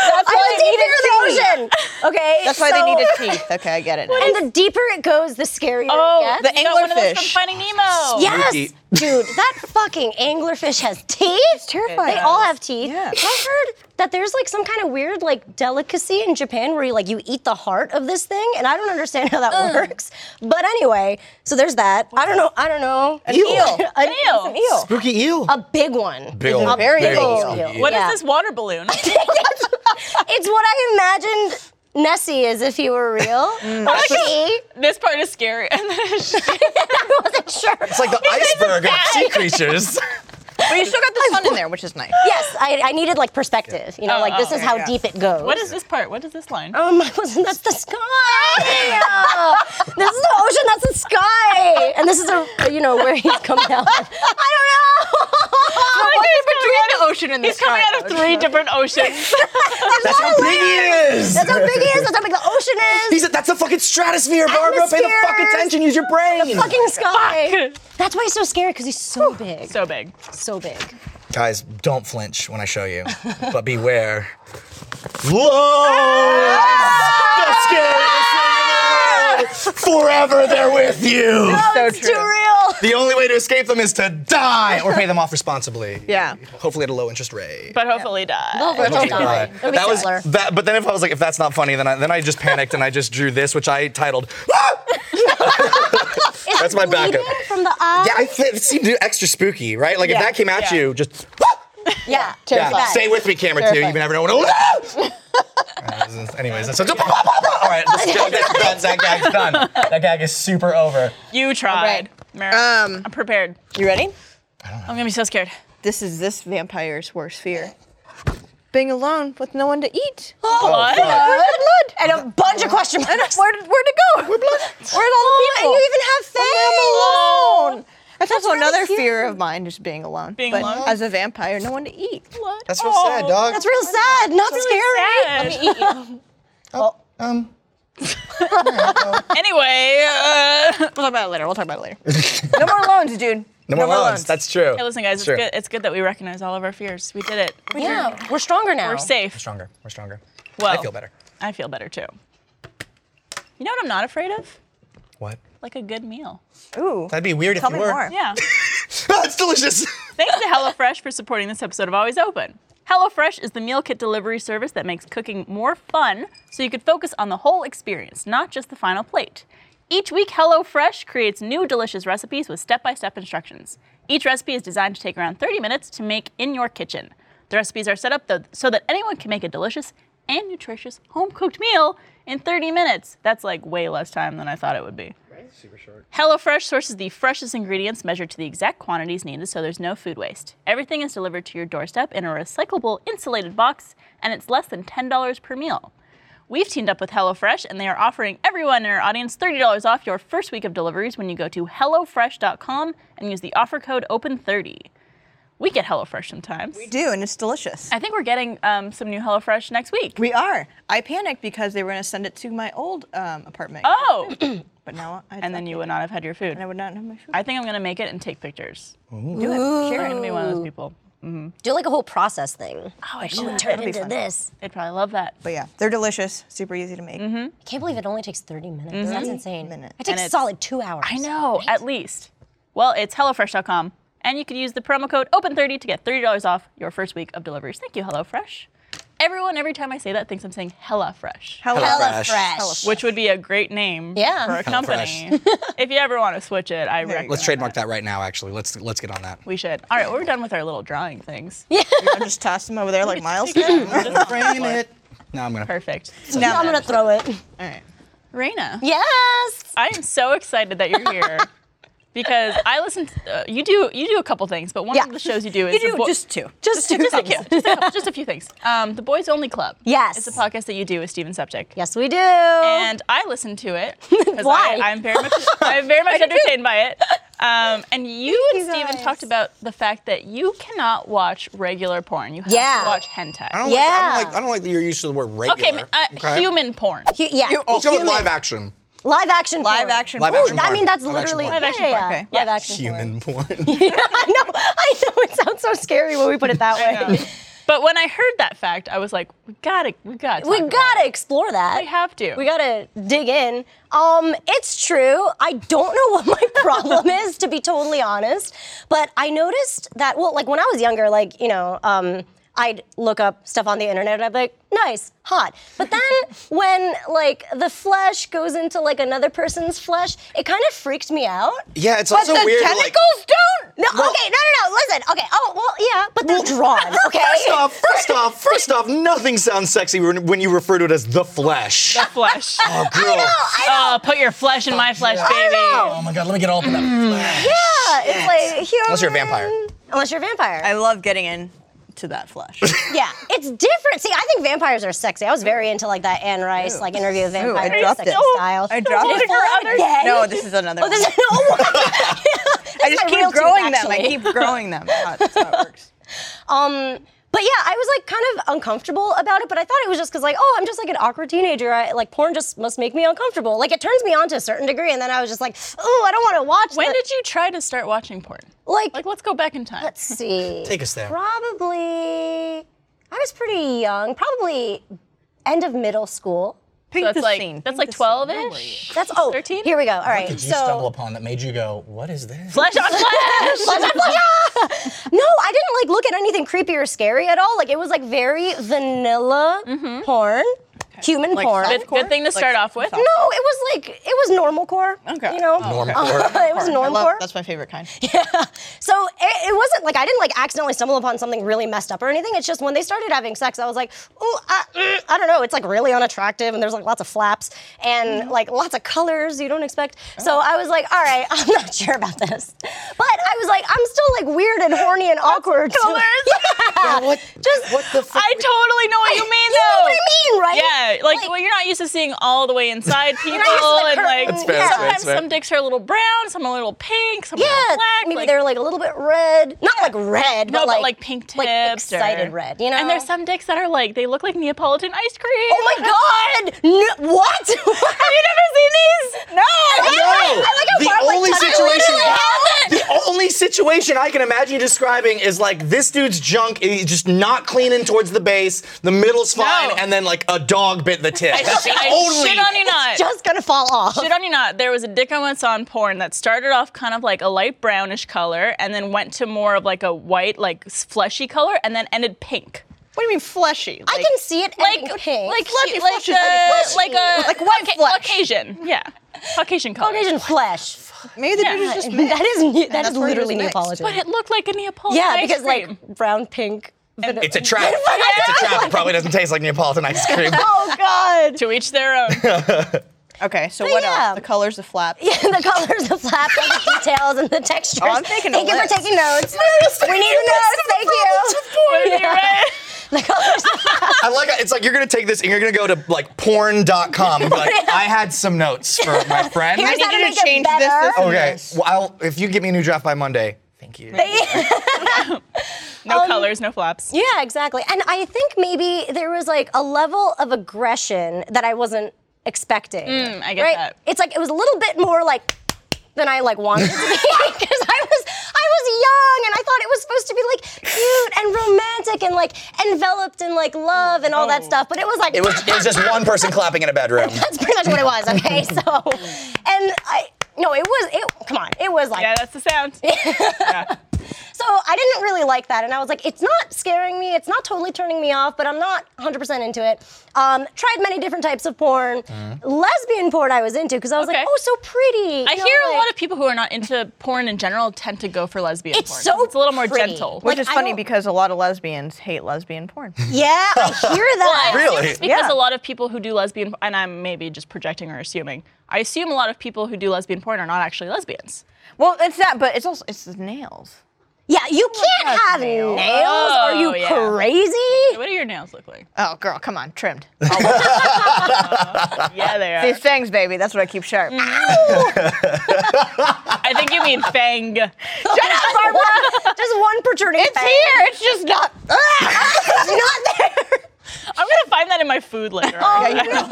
Speaker 2: That's
Speaker 4: Oh, why
Speaker 2: I
Speaker 4: they need a
Speaker 2: have a deep fear of the ocean. Okay.
Speaker 4: That's why
Speaker 2: so-
Speaker 4: they needed teeth. Okay, I get it. now.
Speaker 2: And the deeper it goes, the scarier
Speaker 1: Oh,
Speaker 2: it
Speaker 1: the
Speaker 2: gets.
Speaker 4: the
Speaker 1: you got one of those from
Speaker 4: anglerfish.
Speaker 1: Finding Nemo.
Speaker 2: yes!
Speaker 3: Mookie.
Speaker 2: Dude, that fucking anglerfish has teeth. It's
Speaker 4: terrifying.
Speaker 2: They all have teeth.
Speaker 4: Yeah.
Speaker 2: I heard that there's like some kind of weird like delicacy in Japan where you like you eat the heart of this thing, and I don't understand how that works. But anyway, so there's that. I don't know. I don't know. [LAUGHS] An
Speaker 4: eel.
Speaker 2: An
Speaker 1: Eel.
Speaker 2: eel. An eel.
Speaker 3: Spooky eel.
Speaker 2: A big one.
Speaker 3: Big
Speaker 2: a
Speaker 3: old-
Speaker 2: very
Speaker 3: big
Speaker 2: big
Speaker 3: old
Speaker 2: eel.
Speaker 3: eel.
Speaker 1: What is
Speaker 2: Yeah.
Speaker 1: this water balloon?
Speaker 2: It's what I imagined Nessie is if he were
Speaker 3: [LAUGHS]
Speaker 2: real.
Speaker 3: Mm.
Speaker 2: Actually,
Speaker 1: this part is scary. [LAUGHS]
Speaker 2: I wasn't [LAUGHS] sure.
Speaker 3: It's like the iceberg of sea [LAUGHS] creatures.
Speaker 4: But you still got the sun in there, which is nice.
Speaker 2: Yes, I, I needed like perspective. You know,
Speaker 1: Oh,
Speaker 2: like this
Speaker 1: oh,
Speaker 2: is
Speaker 4: yeah,
Speaker 2: how
Speaker 4: yeah.
Speaker 2: deep it goes.
Speaker 1: what is this part? What is this line?
Speaker 2: Um, [LAUGHS] I wasn't. That's the [LAUGHS] sky. this is the ocean. That's the sky. And this is a you know where he's come down. [LAUGHS] I
Speaker 3: [LAUGHS]
Speaker 2: don't know.
Speaker 4: Oh, between the ocean and the
Speaker 1: He's coming out of [LAUGHS] three different oceans.
Speaker 4: [LAUGHS]
Speaker 1: [LAUGHS]
Speaker 3: That's how big he is.
Speaker 2: That's how big it is. That's how big the ocean is.
Speaker 3: He's a, that's a fucking stratosphere, Barbara. Pay the fuck
Speaker 2: Atmosphere.
Speaker 3: attention. Use your [LAUGHS] brain.
Speaker 2: fucking sky. That's why he's so scary because he's so big.
Speaker 1: so big.
Speaker 2: so
Speaker 1: [LAUGHS]
Speaker 2: big.
Speaker 3: Guys, don't flinch when I show you, but beware. Whoa! The scariest thing in the world. Forever they're with you.
Speaker 4: So
Speaker 2: It's too real.
Speaker 3: The only way to escape them is to die or pay them off responsibly.
Speaker 4: Yeah.
Speaker 3: Hopefully at a low interest rate.
Speaker 1: But hopefully die.
Speaker 2: Oh, but
Speaker 3: Hopefully
Speaker 2: don't die.
Speaker 3: die.
Speaker 2: It'll be
Speaker 3: That was
Speaker 2: simpler.
Speaker 3: that. But then if I was like, if that's not funny, then I then I just panicked and I just drew this, which I titled. "Ah!"
Speaker 2: Is
Speaker 3: That's
Speaker 2: it
Speaker 3: my backup.
Speaker 2: bleeding From the eye.
Speaker 3: Yeah, I th- it seemed extra spooky, right? Like
Speaker 4: Yeah,
Speaker 3: if that came at
Speaker 1: yeah.
Speaker 3: you, just "Ah!"
Speaker 2: yeah.
Speaker 3: yeah.
Speaker 2: Terrifying.
Speaker 3: Stay with me, camera two. You never
Speaker 4: Terrifying.
Speaker 3: know when. Anyways, "Ah!" [LAUGHS] anyways, that's all right. Let's go. That, that, that gag's done. That gag is super over.
Speaker 1: You tried. Mara.
Speaker 4: Um,
Speaker 1: I'm prepared.
Speaker 4: You ready?
Speaker 1: I'm gonna be so scared.
Speaker 4: This is this vampire's worst fear. Being alone with no one to eat.
Speaker 1: What?
Speaker 2: Where's the
Speaker 3: fuck.
Speaker 2: blood? And a bunch of question marks.
Speaker 4: Where did where'd it go? Where blood? Where's all the
Speaker 2: Oh,
Speaker 4: people?
Speaker 2: and you even have fangs.
Speaker 4: I'm alone. That's, also
Speaker 2: really
Speaker 4: another
Speaker 2: cute.
Speaker 4: fear of mine, just being alone.
Speaker 1: Being
Speaker 4: but
Speaker 1: alone?
Speaker 4: As a vampire, no one to eat.
Speaker 3: That's real
Speaker 1: Oh,
Speaker 3: sad, dog.
Speaker 2: That's real sad. Not
Speaker 1: [LAUGHS] Sad.
Speaker 2: scary.
Speaker 3: um,
Speaker 1: Anyway, uh,
Speaker 4: We'll talk about it later. We'll talk about it later. no more loans, dude.
Speaker 3: no more loans. That's true.
Speaker 1: hey, listen, guys,
Speaker 3: Sure.
Speaker 1: it's good. It's good that we recognize all of our fears. We did it. We
Speaker 2: Yeah, we're stronger now.
Speaker 1: We're
Speaker 3: We're
Speaker 1: safe.
Speaker 3: stronger. We're stronger.
Speaker 1: Well,
Speaker 3: I feel better.
Speaker 1: I feel better too. You know what I'm not afraid of?
Speaker 3: What?
Speaker 1: Like a good meal.
Speaker 4: Ooh.
Speaker 3: That'd be weird
Speaker 4: Tell
Speaker 3: if you
Speaker 4: me
Speaker 3: were.
Speaker 4: more.
Speaker 1: Yeah.
Speaker 3: [LAUGHS] That's delicious.
Speaker 1: Thanks to HelloFresh for supporting this episode of Always Open. HelloFresh is the meal kit delivery service that makes cooking more fun so you can focus on the whole experience, not just the final plate. Each week, HelloFresh creates new delicious recipes with step by step instructions. Each recipe is designed to take around 30 minutes to make in your kitchen. The recipes are set up though, so that anyone can make a delicious and nutritious home cooked meal in 30 minutes. That's like way less time than I thought it would be. HelloFresh sources the freshest ingredients measured to the exact quantities needed so there's no food waste. Everything is delivered to your doorstep in a recyclable, insulated box, and it's less than $10 per meal. We've teamed up with HelloFresh, and they are offering everyone in our audience $30 off your first week of deliveries when you go to HelloFresh.com and use the offer code OPEN30. We get HelloFresh sometimes.
Speaker 4: We do, and it's delicious.
Speaker 1: I think we're getting um, some new HelloFresh next week.
Speaker 4: We are. I panicked because they were going to send it to my old um, apartment.
Speaker 1: Oh!
Speaker 4: [CLEARS THROAT] But now I
Speaker 1: and then you would not have had your food.
Speaker 4: and I would not have my food.
Speaker 1: I think I'm going to make it and take pictures.
Speaker 2: Ooh.
Speaker 1: I'm going to be one of those people.
Speaker 2: Do like a whole process thing. Oh,
Speaker 1: I should.
Speaker 2: turn
Speaker 4: be
Speaker 2: into
Speaker 4: fun.
Speaker 2: this.
Speaker 1: They'd probably love that.
Speaker 4: but yeah, they're delicious. Super easy to make.
Speaker 1: Mm-hmm.
Speaker 2: I can't believe it only takes 30 minutes. That's insane.
Speaker 4: minutes.
Speaker 2: It takes
Speaker 1: it's-
Speaker 2: a solid two hours.
Speaker 1: I know, at least. Well, it's HelloFresh.com, and you could use the promo code OPEN30 to get $30 off your first week of deliveries. Thank you, HelloFresh. Everyone, every time I say that, thinks I'm saying HellaFresh,
Speaker 4: Hello.
Speaker 2: Hella
Speaker 3: HelloFresh.
Speaker 2: fresh.
Speaker 1: which would be a great name
Speaker 2: Yeah.
Speaker 1: for a company. if you ever want to switch it, I recommend.
Speaker 3: Let's trademark that right now. Actually, let's let's get on that.
Speaker 1: We should. All right, well, we're done with our little drawing things.
Speaker 4: I just tossed them over
Speaker 1: [LAUGHS]
Speaker 4: there like Miles. [LAUGHS]
Speaker 3: Frame it. No, I'm gonna.
Speaker 1: Perfect.
Speaker 2: Now I'm gonna throw it.
Speaker 4: All right.
Speaker 1: Raina,
Speaker 2: Yes.
Speaker 1: I am so excited that you're here. Because I listen, to, uh, you do you do a couple things, but one
Speaker 2: Yeah.
Speaker 1: of the shows you do is
Speaker 4: You
Speaker 1: the
Speaker 4: do
Speaker 1: Bo-
Speaker 4: just two.
Speaker 2: Just two
Speaker 1: just a,
Speaker 2: thumbs.
Speaker 1: few, just, a, couple- just a few things. Um, the Boys Only Club.
Speaker 2: Yes.
Speaker 1: It's a podcast that you do with Steven Septic.
Speaker 2: Yes, we do.
Speaker 1: And I listen to
Speaker 2: [LAUGHS]
Speaker 1: it because
Speaker 2: Why?
Speaker 1: I'm very
Speaker 2: [LAUGHS]
Speaker 1: much I'm very much entertained by it. Um, and you and
Speaker 2: you,
Speaker 1: Steven
Speaker 2: guys.
Speaker 1: talked about the fact that you cannot watch regular porn. You have
Speaker 2: Yeah.
Speaker 1: to watch hentai.
Speaker 3: I don't
Speaker 2: Yeah.
Speaker 3: like. I don't like. I don't like that you're used to the word regular.
Speaker 1: okay, ma- uh,
Speaker 3: okay?
Speaker 1: human porn.
Speaker 2: Hu- yeah.
Speaker 3: You- oh, Let's go with
Speaker 2: Human.
Speaker 3: live action.
Speaker 2: Live action.
Speaker 4: Live
Speaker 2: porn.
Speaker 4: action
Speaker 3: Live
Speaker 4: porn.
Speaker 3: action.
Speaker 2: I
Speaker 3: porn.
Speaker 2: mean, that's
Speaker 3: Live action
Speaker 2: literally
Speaker 3: porn.
Speaker 1: action
Speaker 2: yeah, yeah,
Speaker 1: porn,
Speaker 2: yeah.
Speaker 1: okay.
Speaker 2: Live
Speaker 1: Yeah.
Speaker 2: action.
Speaker 3: Human porn.
Speaker 2: Porn. I know. I know. It sounds so scary when we put it that way.
Speaker 1: Yeah. But when I heard that fact, I was like, we gotta, we gotta, talk
Speaker 2: We
Speaker 1: about
Speaker 2: gotta explore that.
Speaker 1: it. we have to.
Speaker 2: We gotta dig in. Um, it's true. I don't know what my problem [LAUGHS] is, to be totally honest. But I noticed that, well, like when I was younger, like, you know, um, I'd look up stuff on the internet and I'd be like, nice, hot.
Speaker 1: [LAUGHS]
Speaker 2: But then when like the flesh goes into like another person's flesh, it kind of freaked me out.
Speaker 3: Yeah, it's
Speaker 4: But
Speaker 3: also
Speaker 4: the
Speaker 3: weird. like-
Speaker 4: tentacles don't.
Speaker 2: No, okay, no, no, no, listen, okay, oh, well, yeah, but they're drawn, okay?
Speaker 3: [LAUGHS] First
Speaker 2: [LAUGHS]
Speaker 3: off, first off, first off, nothing sounds sexy when when you refer to it as the flesh.
Speaker 1: flesh.
Speaker 3: [LAUGHS] Oh, girl.
Speaker 1: oh, put your flesh in my flesh, baby.
Speaker 3: Oh my god, let me get all up in that flesh.
Speaker 2: Yeah, it's like human.
Speaker 3: Unless you're a vampire.
Speaker 2: Unless you're a vampire.
Speaker 4: I love getting in to that flesh.
Speaker 2: Yeah, it's different. See, I think vampires are sexy. I was very into like that Anne Rice like interview with
Speaker 4: Ooh, I
Speaker 2: vampires
Speaker 4: dropped
Speaker 2: sexy
Speaker 4: it.
Speaker 2: style.
Speaker 1: [LAUGHS]
Speaker 2: [LAUGHS]
Speaker 4: I dropped
Speaker 1: Did
Speaker 4: it.
Speaker 1: her other-
Speaker 2: Again?
Speaker 4: No, this is another
Speaker 2: Oh,
Speaker 4: one.
Speaker 2: this is no.
Speaker 4: I just
Speaker 2: my
Speaker 4: keep
Speaker 2: real tooth,
Speaker 4: growing them. I
Speaker 2: actually.
Speaker 4: keep growing them. Oh, That's how
Speaker 1: [LAUGHS]
Speaker 4: it works.
Speaker 2: [LAUGHS] Um, but yeah, I was like kind of uncomfortable about it, but I thought it was just because like, oh, I'm just like an awkward teenager. I, like porn just must make me uncomfortable. Like it turns me on to a certain degree, and then I was just like, oh, I don't want to watch.
Speaker 1: When
Speaker 2: the-
Speaker 1: did you try to start watching porn?
Speaker 2: like?
Speaker 1: Like, let's go back in time.
Speaker 2: let's see.
Speaker 3: Take us there.
Speaker 2: Probably, I was pretty young. Probably end of middle school.
Speaker 4: Pink
Speaker 1: So that's
Speaker 4: the
Speaker 1: like
Speaker 4: scene.
Speaker 1: that's
Speaker 4: Pink
Speaker 1: like
Speaker 4: the scene. Where
Speaker 1: 12
Speaker 4: were you?
Speaker 1: ish.
Speaker 2: That's oh,
Speaker 1: 13?
Speaker 2: Here we go. All right,
Speaker 3: Did you
Speaker 2: so.
Speaker 3: stumble upon that made you go, what is this?
Speaker 1: Flesh on flesh.
Speaker 2: No, I didn't like look at anything creepy or scary at all. Like it was like very vanilla porn, human
Speaker 4: Mm-hmm. Like
Speaker 2: porn.
Speaker 4: soft
Speaker 1: Good- good thing to
Speaker 4: Like
Speaker 1: start off
Speaker 4: soft-
Speaker 1: with.
Speaker 4: soft.
Speaker 2: no, it was like it was normal core.
Speaker 4: Okay.
Speaker 2: You know, [LAUGHS]
Speaker 3: Norm
Speaker 2: it was
Speaker 4: I
Speaker 2: norm
Speaker 4: love-
Speaker 2: core.
Speaker 4: That's my favorite [LAUGHS] kind.
Speaker 2: So it, it wasn't like I didn't like accidentally stumble upon something really messed up or anything. It's just when they started having sex, I was like, ooh, I, mm, I don't know. It's like really unattractive, and there's like lots of flaps
Speaker 1: Mm-hmm.
Speaker 2: and like lots of colors you don't expect. So I was like, all right, [LAUGHS] I'm not sure about this. But I was like, I'm still like weird and horny and awkward. so-
Speaker 1: colors.
Speaker 2: [LAUGHS] Yeah.
Speaker 3: what,
Speaker 2: Just
Speaker 3: what the fuck?
Speaker 1: I totally know what you mean,
Speaker 2: You know
Speaker 1: though.
Speaker 2: what I mean, right?
Speaker 1: Yeah, like, well, you're not used to seeing all the way
Speaker 2: [LAUGHS]
Speaker 1: inside people,
Speaker 2: not used to the
Speaker 1: and like
Speaker 2: curtains. That's fair,
Speaker 3: that's fair,
Speaker 1: sometimes
Speaker 3: that's fair.
Speaker 1: some dicks are a little brown, some are a little pink, some are a
Speaker 2: Yeah,
Speaker 1: little black.
Speaker 2: maybe
Speaker 1: like,
Speaker 2: they're like a little bit red, not like red,
Speaker 1: no,
Speaker 2: but, like,
Speaker 1: pink tips,
Speaker 2: like
Speaker 1: or-
Speaker 2: excited red, you know.
Speaker 1: And there's some dicks that are like they look like Neapolitan ice cream.
Speaker 2: Oh
Speaker 1: [LAUGHS]
Speaker 2: my god! No, what? [LAUGHS] Have you never seen these? No.
Speaker 3: No!
Speaker 2: I like how
Speaker 3: the
Speaker 2: Barb, like,
Speaker 3: only
Speaker 2: touched- I
Speaker 3: situation.
Speaker 2: literally haven't.
Speaker 3: The only situation I can imagine you describing is like this dude's junk is just not cleaning towards the base, the middle's fine, and then like a dog bit the tip. That's the
Speaker 1: I
Speaker 3: only.
Speaker 1: shit on you not.
Speaker 2: [LAUGHS] Just gonna fall off.
Speaker 1: Shit on you not. There was a dick on what's on porn that started off kind of like a light brownish color and then went to more of like a white, like s- fleshy color and then ended pink.
Speaker 4: What do you mean fleshy?
Speaker 2: I can see it
Speaker 1: Like,
Speaker 2: ending pink.
Speaker 1: like,
Speaker 4: Fleshy,
Speaker 1: you- like,
Speaker 4: fleshy,
Speaker 2: uh,
Speaker 1: the-
Speaker 4: fleshy,
Speaker 1: like a,
Speaker 4: Like white
Speaker 1: Ca-
Speaker 4: flesh.
Speaker 1: Caucasian. Yeah. Caucasian color.
Speaker 2: Caucasian flesh.
Speaker 4: Maybe the
Speaker 1: Yeah.
Speaker 4: dude is just
Speaker 2: [LAUGHS]
Speaker 4: mixed.
Speaker 2: That is ne- that
Speaker 4: that's
Speaker 2: is
Speaker 4: where it was
Speaker 2: literally
Speaker 4: mixed.
Speaker 2: Neapolitan.
Speaker 1: But it looked like a Neapolitan.
Speaker 2: yeah,
Speaker 1: ice
Speaker 2: because
Speaker 1: cream.
Speaker 2: like brown, pink. vanilla-
Speaker 3: It's
Speaker 2: [LAUGHS]
Speaker 3: a trap. it's a trap. It probably doesn't taste like Neapolitan ice cream.
Speaker 2: Oh God! [LAUGHS]
Speaker 1: to each their own.
Speaker 4: Okay, so what
Speaker 2: yeah.
Speaker 4: else? The colors, the flap.
Speaker 2: Yeah, the colors, the flap, and the details, and the textures.
Speaker 4: Oh, I'm taking a
Speaker 2: Thank you for
Speaker 4: list.
Speaker 2: taking notes. we need a note. Thank you.
Speaker 1: You're right.
Speaker 2: The [LAUGHS] colors, the flap.
Speaker 3: I like it's like you're gonna take this and you're gonna go to like porn.com and
Speaker 2: [LAUGHS]
Speaker 3: be like, I had some notes for my friend.
Speaker 4: I
Speaker 2: Here's how to
Speaker 4: need you
Speaker 2: make
Speaker 4: to change
Speaker 2: it
Speaker 4: this,
Speaker 2: better.
Speaker 4: this, and
Speaker 3: Okay.
Speaker 4: this.
Speaker 3: Well, I'll, if you give me a new draft by Monday, thank you.
Speaker 1: No colors, no flaps.
Speaker 2: Um, Yeah, exactly. And I think maybe there was like a level of aggression that I wasn't expecting.
Speaker 1: Mm, I get
Speaker 2: right?
Speaker 1: that.
Speaker 2: It's like it was a little bit more like than I like wanted it to be [LAUGHS] because I was I was young and I thought it was supposed to be like cute and romantic and like enveloped in like love and all that
Speaker 1: Oh.
Speaker 2: stuff. But it was like
Speaker 3: It was it was just one person clapping in a
Speaker 2: [LAUGHS]
Speaker 3: bedroom.
Speaker 2: that's pretty much what it was.
Speaker 3: [LAUGHS]
Speaker 2: Okay, so and I no, it was it. Come on, it was like
Speaker 1: Yeah, that's the
Speaker 2: [LAUGHS]
Speaker 1: sound. Yeah.
Speaker 2: so I didn't really like that, and I was like, it's not scaring me, it's not totally turning me off, but I'm not 100% into it. Um, tried many different types of porn. Lesbian porn I was into because I was
Speaker 1: Okay.
Speaker 2: like, oh, so pretty.
Speaker 1: I hear a lot of people who are not into porn in general tend to go for lesbian
Speaker 2: It's
Speaker 1: porn.
Speaker 2: so
Speaker 1: it's a little more
Speaker 2: pretty.
Speaker 1: gentle.
Speaker 2: Like,
Speaker 4: Which is
Speaker 2: I
Speaker 4: funny
Speaker 2: don't-
Speaker 4: because a lot of lesbians hate lesbian porn.
Speaker 2: Yeah, I hear
Speaker 1: I
Speaker 2: that.
Speaker 1: assume
Speaker 3: Really?
Speaker 1: It's because
Speaker 4: Yeah.
Speaker 1: a lot of people who do lesbian, and I'm maybe just projecting or assuming. I assume a lot of people who do lesbian porn are not actually lesbians.
Speaker 4: well, it's that, but it's also it's the nails.
Speaker 2: Yeah, you can't have nails.
Speaker 4: nails.
Speaker 2: Are
Speaker 1: Oh,
Speaker 2: you
Speaker 1: yeah.
Speaker 2: crazy?
Speaker 1: What do your nails look like?
Speaker 4: Oh, girl, come on, trimmed.
Speaker 1: [LAUGHS] yeah, they
Speaker 4: These
Speaker 1: are.
Speaker 4: things, baby. That's what I keep sharp.
Speaker 1: I think you mean fang.
Speaker 2: Shut up, Barbara. Just one protruding
Speaker 4: It's
Speaker 2: fang.
Speaker 4: here. It's just not.
Speaker 2: [LAUGHS] it's not there.
Speaker 1: I'm gonna find that in my food later.
Speaker 4: Yeah,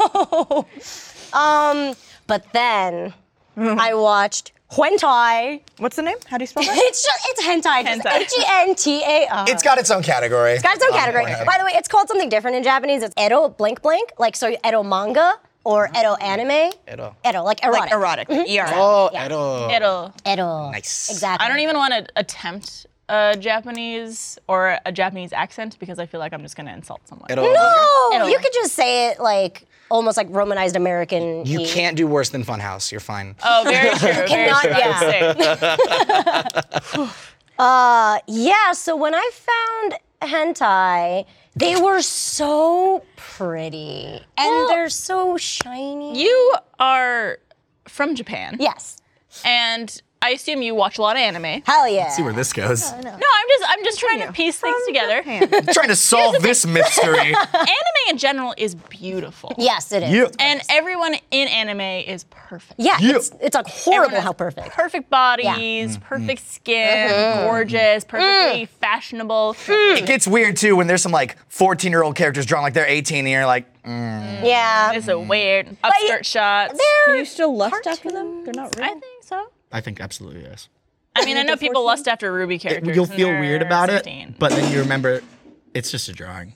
Speaker 2: Oh.
Speaker 1: on.
Speaker 4: you know.
Speaker 2: Um, but then
Speaker 1: [LAUGHS]
Speaker 2: I watched Hentai.
Speaker 4: What's the name? How do you spell that?
Speaker 2: It's just, it's hentai.
Speaker 1: Hentai.
Speaker 2: H e n t a r.
Speaker 3: It's got its own category. It's
Speaker 2: Got its own category. By the way, it's called something different in Japanese. It's Edo blank blank, like so Edo manga or Edo anime.
Speaker 3: Uh-huh. Edo.
Speaker 2: Edo, like [LAUGHS] erotic.
Speaker 4: Erotic. ER.
Speaker 3: Oh, Edo.
Speaker 1: It'll.
Speaker 2: Edo.
Speaker 3: Nice.
Speaker 2: Exactly.
Speaker 1: I don't even want to attempt a Japanese or a Japanese accent because I feel like I'm just gonna insult someone.
Speaker 3: Edo.
Speaker 2: No,
Speaker 1: Edo.
Speaker 2: you could just say it like almost like Romanized American.
Speaker 3: You can't do worse than Funhouse. You're fine.
Speaker 1: Oh, very true. very
Speaker 2: cannot-
Speaker 1: true. I would say.
Speaker 2: Yeah. So when I found hentai, they were so pretty and they're so shiny.
Speaker 1: You are from Japan.
Speaker 2: yes.
Speaker 1: And I assume you watch a lot of anime.
Speaker 2: Hell yeah.
Speaker 3: See where this goes.
Speaker 1: No, I'm just I'm just trying to piece things together.
Speaker 3: I'm trying to solve this mystery.
Speaker 2: [LAUGHS]
Speaker 1: anime in general is beautiful.
Speaker 2: Yes, it is.
Speaker 3: Yeah.
Speaker 1: And everyone in anime is perfect.
Speaker 2: Yeah,
Speaker 3: Yeah.
Speaker 2: It's, it's like horrible
Speaker 1: Everyone
Speaker 2: how
Speaker 1: has
Speaker 2: perfect.
Speaker 1: Perfect bodies, perfect
Speaker 3: Mm-hmm.
Speaker 1: skin,
Speaker 2: Mm-hmm.
Speaker 1: gorgeous,
Speaker 2: Mm.
Speaker 1: perfectly fashionable.
Speaker 3: it gets weird too when there's some like 14 year old characters drawn like they're 18 and you're like,
Speaker 2: Yeah.
Speaker 1: It's
Speaker 3: Mm.
Speaker 1: a weird upskirt shots.
Speaker 2: They're
Speaker 4: you still lust after them? They're not
Speaker 1: I
Speaker 4: real.
Speaker 1: think so.
Speaker 3: I think absolutely yes.
Speaker 1: I mean, I know people lust after Ruby characters.
Speaker 3: You'll
Speaker 1: and
Speaker 3: feel
Speaker 1: they're
Speaker 3: weird about
Speaker 1: 16.
Speaker 3: it, but then you remember it's just a drawing.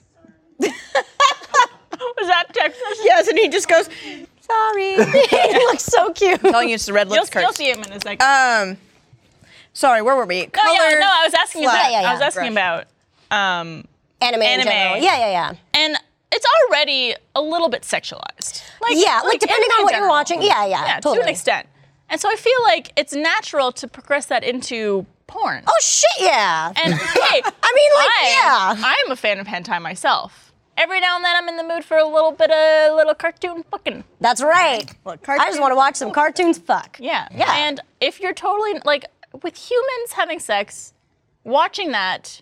Speaker 1: was that Texas?
Speaker 4: Yes, and he just goes.
Speaker 2: sorry. [LAUGHS] it looks so cute.
Speaker 4: Telling you it's the red
Speaker 1: You'll,
Speaker 4: lips
Speaker 1: you'll
Speaker 4: curse.
Speaker 1: see him in a second.
Speaker 2: Uh,
Speaker 4: Um, sorry, where were we?
Speaker 1: no, yeah, no, I was asking
Speaker 4: flat.
Speaker 1: about.
Speaker 2: Yeah, yeah,
Speaker 1: I was
Speaker 2: yeah.
Speaker 1: asking about. Um,
Speaker 2: Anime. in
Speaker 1: Anime.
Speaker 2: general. Yeah, yeah, yeah.
Speaker 1: and it's already a little bit sexualized. Like
Speaker 2: yeah, like, depending
Speaker 1: anime
Speaker 2: on
Speaker 1: in
Speaker 2: what you're
Speaker 1: general.
Speaker 2: watching. Yeah, yeah.
Speaker 1: Yeah,
Speaker 2: totally.
Speaker 1: to an extent. And so I feel like it's natural to progress that into porn.
Speaker 2: Oh shit, yeah. [LAUGHS]
Speaker 1: And hey,
Speaker 2: I mean, like,
Speaker 1: I,
Speaker 2: yeah.
Speaker 1: I'm a fan of hentai myself. Every now and then, I'm in the mood for a little bit of little cartoon fucking.
Speaker 2: That's right.
Speaker 4: Look,
Speaker 2: I just want to watch some cartoons fuck.
Speaker 1: Yeah.
Speaker 2: Yeah.
Speaker 1: And if you're totally like with humans having sex, watching that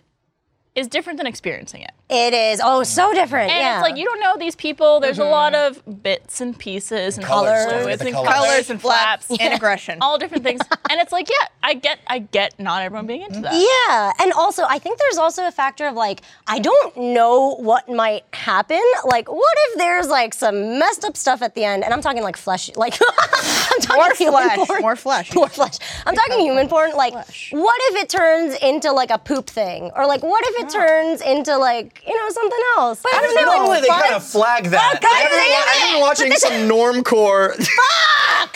Speaker 1: is different than experiencing it.
Speaker 2: It is. Oh, so different.
Speaker 1: And
Speaker 2: yeah. Mm-hmm.
Speaker 1: it's like you don't know these people. There's a lot of bits and pieces and
Speaker 3: Colors,
Speaker 1: fluids
Speaker 3: don't forget the
Speaker 1: and
Speaker 3: colors.
Speaker 4: Colors and flaps and aggression.
Speaker 1: all different
Speaker 2: [LAUGHS]
Speaker 1: things. and it's like, yeah, I get, I get not everyone being into that.
Speaker 2: Yeah, and also I think there's also a factor of like I don't know what might happen. Like, what if there's like some messed up stuff at the end? And I'm talking like flesh, like [LAUGHS] I'm talking
Speaker 4: More
Speaker 2: human
Speaker 4: flesh,
Speaker 2: porn.
Speaker 4: more
Speaker 2: [LAUGHS]
Speaker 4: flesh.
Speaker 2: more flesh. I'm talking human porn. Like, what if it turns into like a poop thing, or like what if it turns into like you know something else? But I don't know.
Speaker 3: Normally they kind of flag that.
Speaker 2: Fuck, God
Speaker 3: Everyone-
Speaker 2: damn it.
Speaker 3: I've been watching some normcore.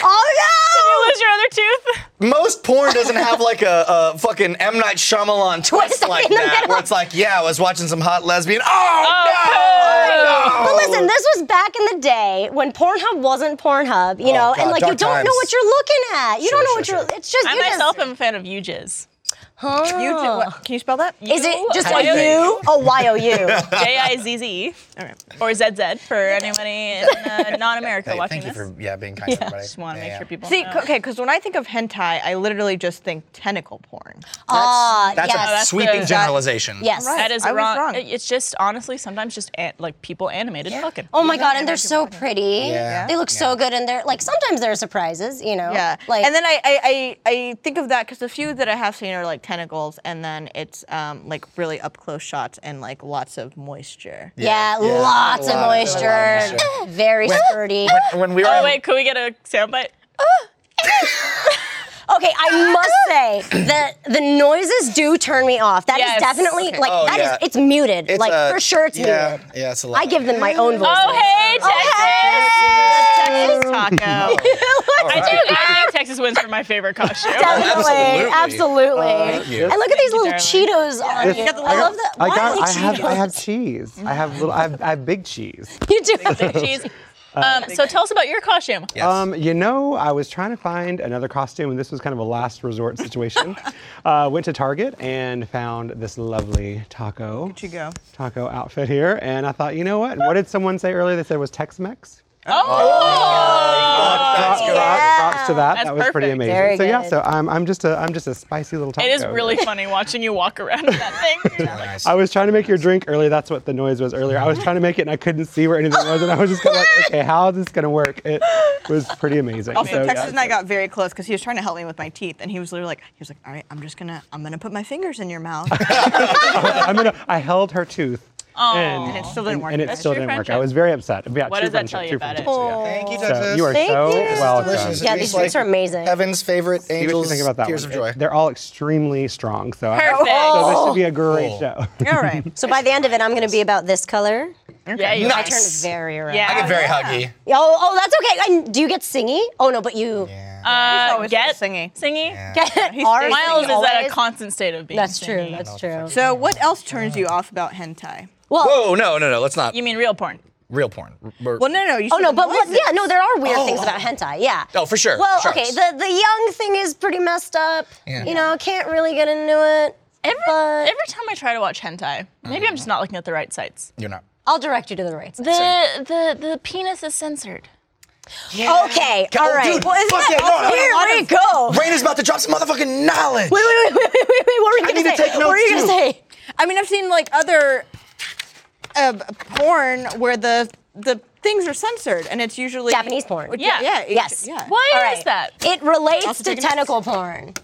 Speaker 2: Oh
Speaker 1: You lose your other tooth.
Speaker 3: Most porn doesn't have like a, a fucking M Night Shyamalan twist
Speaker 2: that
Speaker 3: like
Speaker 2: in the
Speaker 3: that,
Speaker 2: middle?
Speaker 3: where it's like, yeah, I was watching some hot lesbian. Oh,
Speaker 1: Oh,
Speaker 3: no!
Speaker 2: But listen, this was back in the day when Pornhub wasn't Pornhub, you know,
Speaker 3: God,
Speaker 2: and like you
Speaker 3: dark
Speaker 2: don't know
Speaker 3: times.
Speaker 2: what you're looking at. You
Speaker 3: Sure,
Speaker 2: don't know
Speaker 3: sure,
Speaker 2: what
Speaker 3: sure.
Speaker 2: you're. It's just
Speaker 1: I
Speaker 2: you just-
Speaker 1: myself am a fan of UGs.
Speaker 4: You did what? Can you spell that?
Speaker 2: Is it just
Speaker 1: How
Speaker 2: a
Speaker 1: do you-
Speaker 2: U? A Y O
Speaker 3: [LAUGHS]
Speaker 2: U.
Speaker 1: J I Z Z
Speaker 4: All right.
Speaker 1: or Z Z for anybody in uh, non-America
Speaker 3: Hey,
Speaker 1: watching
Speaker 3: thank you
Speaker 1: this.
Speaker 3: for yeah being kind to everybody.
Speaker 1: Just want to
Speaker 3: Yeah,
Speaker 1: make
Speaker 3: yeah.
Speaker 1: sure people
Speaker 4: See,
Speaker 1: know.
Speaker 4: c- okay, because when I think of hentai, I literally just think tentacle porn.
Speaker 2: Ah,
Speaker 3: That's
Speaker 2: yes.
Speaker 3: a
Speaker 1: that's
Speaker 3: sweeping
Speaker 1: the-
Speaker 3: generalization.
Speaker 2: Yes.
Speaker 4: Right.
Speaker 1: That is
Speaker 4: I was
Speaker 1: wrong.
Speaker 4: wrong.
Speaker 1: It's just honestly sometimes just an, like people animated fucking.
Speaker 2: Oh my god, and they're so pretty.
Speaker 3: Yeah.
Speaker 2: They look so good, and they're like sometimes there are surprises, you know.
Speaker 4: Yeah.
Speaker 2: Oh, Like
Speaker 4: and then I, I, I, I think of that because the few that I have seen are like tentacles, and then it's um, like really up close shots and like lots of moisture.
Speaker 2: yeah,
Speaker 3: Yeah.
Speaker 2: lots
Speaker 3: A
Speaker 2: of
Speaker 3: lot of- a lot of
Speaker 2: moisture. [LAUGHS] Very sturdy.
Speaker 3: When, when we were
Speaker 1: Oh
Speaker 3: in-
Speaker 1: wait, could we get a soundbite?
Speaker 2: Okay, I must say that the noises do turn me off. That is
Speaker 1: Yes.
Speaker 2: definitely like
Speaker 3: Oh,
Speaker 2: that is
Speaker 3: yeah.
Speaker 2: it's muted.
Speaker 3: it's
Speaker 2: like
Speaker 3: a-
Speaker 2: for sure it's
Speaker 3: yeah,
Speaker 2: muted.
Speaker 3: yeah, it's a lot.
Speaker 2: I give them my own voice.
Speaker 1: Oh hey Texas!
Speaker 2: [LAUGHS]
Speaker 4: Texas taco.
Speaker 1: I think I think Ah, Texas wins for my favorite costume.
Speaker 2: Definitely, absolutely.
Speaker 3: you.
Speaker 2: and look at these little
Speaker 1: darling.
Speaker 2: Cheetos on you.
Speaker 4: got the
Speaker 2: I
Speaker 4: little-
Speaker 2: love that.
Speaker 5: I
Speaker 2: Why
Speaker 5: got.
Speaker 2: are
Speaker 5: I
Speaker 2: they
Speaker 5: have. I
Speaker 2: Cheetos?
Speaker 5: have cheese. I have little. I have, I have big cheese.
Speaker 2: You do.
Speaker 1: Jeez.
Speaker 3: Uh,
Speaker 1: Um, so tell us about your costume.
Speaker 3: Yes.
Speaker 5: Um, you know, I was trying to find another costume, and this was kind of a last resort situation. uh, went to Target and found this lovely taco.
Speaker 4: you go.
Speaker 5: Taco outfit here, and I thought, you know what? What did someone say earlier? They said it was Tex-Mex.
Speaker 1: Oh,
Speaker 5: Props- Props to that.
Speaker 1: That's
Speaker 5: that was pretty
Speaker 1: perfect.
Speaker 5: amazing.
Speaker 2: Very
Speaker 5: so yeah,
Speaker 2: good.
Speaker 5: so I'm, I'm just a I'm just a spicy little taco.
Speaker 1: it is really funny watching you walk around with
Speaker 3: [LAUGHS]
Speaker 1: that thing.
Speaker 3: Nice.
Speaker 5: I was trying to make your drink earlier. That's what the noise was earlier. I was trying to make it and I couldn't see where anything was. And I was just kind of like, okay, how is this going to work? It was pretty amazing.
Speaker 4: Also,
Speaker 5: So,
Speaker 4: Texas
Speaker 5: Oh, yeah.
Speaker 4: and I got very close because he was trying to help me with my teeth, and he was literally like, he was like, all right, I'm just gonna, I'm gonna put my fingers in your mouth.
Speaker 5: I'm gonna, I held her tooth.
Speaker 1: Aw.
Speaker 5: in,
Speaker 1: And it
Speaker 5: [LAUGHS]
Speaker 4: still didn't
Speaker 5: and-
Speaker 4: work.
Speaker 5: And it
Speaker 4: That's
Speaker 5: still
Speaker 1: true
Speaker 5: didn't work. I
Speaker 1: friendship.
Speaker 5: was very upset. Yeah,
Speaker 1: What
Speaker 5: true
Speaker 1: does that
Speaker 5: friendship,
Speaker 1: tell you
Speaker 5: true
Speaker 1: about
Speaker 5: friendship,
Speaker 1: it?
Speaker 5: yeah.
Speaker 3: Thank you,
Speaker 5: So you are so welcome.
Speaker 3: It
Speaker 2: Yeah,
Speaker 3: tastes
Speaker 2: these drinks are amazing.
Speaker 3: Heaven's favorite
Speaker 5: See what you
Speaker 3: angels.
Speaker 5: think about that
Speaker 3: Tears
Speaker 5: one.
Speaker 3: of joy.
Speaker 5: It- They're all extremely strong. So, I-
Speaker 1: Perfect.
Speaker 5: so this should be a great
Speaker 3: Cool.
Speaker 5: show. [LAUGHS]
Speaker 4: all right.
Speaker 2: So by the end of it, I'm going to be about this color.
Speaker 1: Yeah, you uh,
Speaker 2: I
Speaker 3: Nice.
Speaker 2: turn very around.
Speaker 1: Yeah.
Speaker 3: I get very huggy.
Speaker 2: Oh, oh, that's okay. And do you get singy? Oh no, but you.
Speaker 3: Yeah.
Speaker 1: Uh,
Speaker 4: always
Speaker 1: get
Speaker 4: singing.
Speaker 1: Singy.
Speaker 2: Get
Speaker 4: He
Speaker 2: our
Speaker 4: stays
Speaker 1: Miles is at a
Speaker 2: always?
Speaker 1: constant state of being.
Speaker 2: That's true.
Speaker 1: singy.
Speaker 2: That's true.
Speaker 4: So, what else turns you off about hentai?
Speaker 2: Well,
Speaker 3: Whoa, no, no, no. Let's not.
Speaker 1: You mean real porn?
Speaker 3: Real porn. We're-
Speaker 4: Well, no, no, you.
Speaker 2: Oh no,
Speaker 4: said
Speaker 2: but what,
Speaker 4: noises.
Speaker 2: yeah, no, there are weird things about hentai. Yeah.
Speaker 3: Oh, for sure,
Speaker 2: Well,
Speaker 3: for sure.
Speaker 2: okay, the the young thing is pretty messed up.
Speaker 3: Yeah.
Speaker 2: You know, can't really get into it.
Speaker 1: Every,
Speaker 2: But-
Speaker 1: every time I try to watch hentai, maybe
Speaker 3: Mm.
Speaker 1: I'm just not looking at the right sites.
Speaker 3: You're not.
Speaker 2: I'll direct you to the right.
Speaker 1: The the the penis is censored.
Speaker 2: Okay, all
Speaker 3: Oh,
Speaker 2: right.
Speaker 3: dude, fuck it, no, no, no.
Speaker 2: Here
Speaker 3: A lot
Speaker 2: we
Speaker 3: of-
Speaker 2: go. Wait,
Speaker 3: Rain is about to drop some motherfucking knowledge.
Speaker 2: wait, wait, wait, wait, wait, wait. What were you
Speaker 3: I
Speaker 2: gonna
Speaker 3: need to
Speaker 2: say?
Speaker 3: take
Speaker 2: what were you
Speaker 3: notes,
Speaker 2: gonna say?
Speaker 4: I mean, I've seen like other uh, porn where the the things are censored, and it's usually
Speaker 2: Japanese porn.
Speaker 4: Yeah, yeah, it-
Speaker 2: Yes.
Speaker 4: yeah.
Speaker 1: Why
Speaker 2: All
Speaker 1: is
Speaker 2: right.
Speaker 1: that?
Speaker 2: It relates to
Speaker 4: taking notes.
Speaker 2: tentacle porn.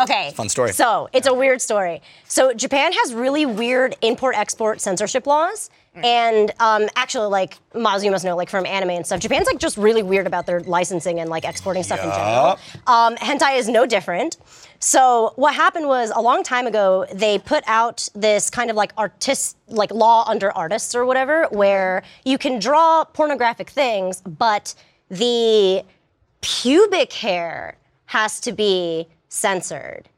Speaker 2: Okay.
Speaker 3: Fun story.
Speaker 2: So it's a weird story. So Japan has really weird import-export censorship laws,
Speaker 1: Hmm.
Speaker 2: and um, actually, like Miles, you must know, like from anime and stuff. Japan's like just really weird about their licensing and like exporting stuff in general. Um, hentai is no different. So what happened was a long time ago they put out this kind of like artist like law under artists or whatever where you can draw pornographic things but the pubic hair has to be censored.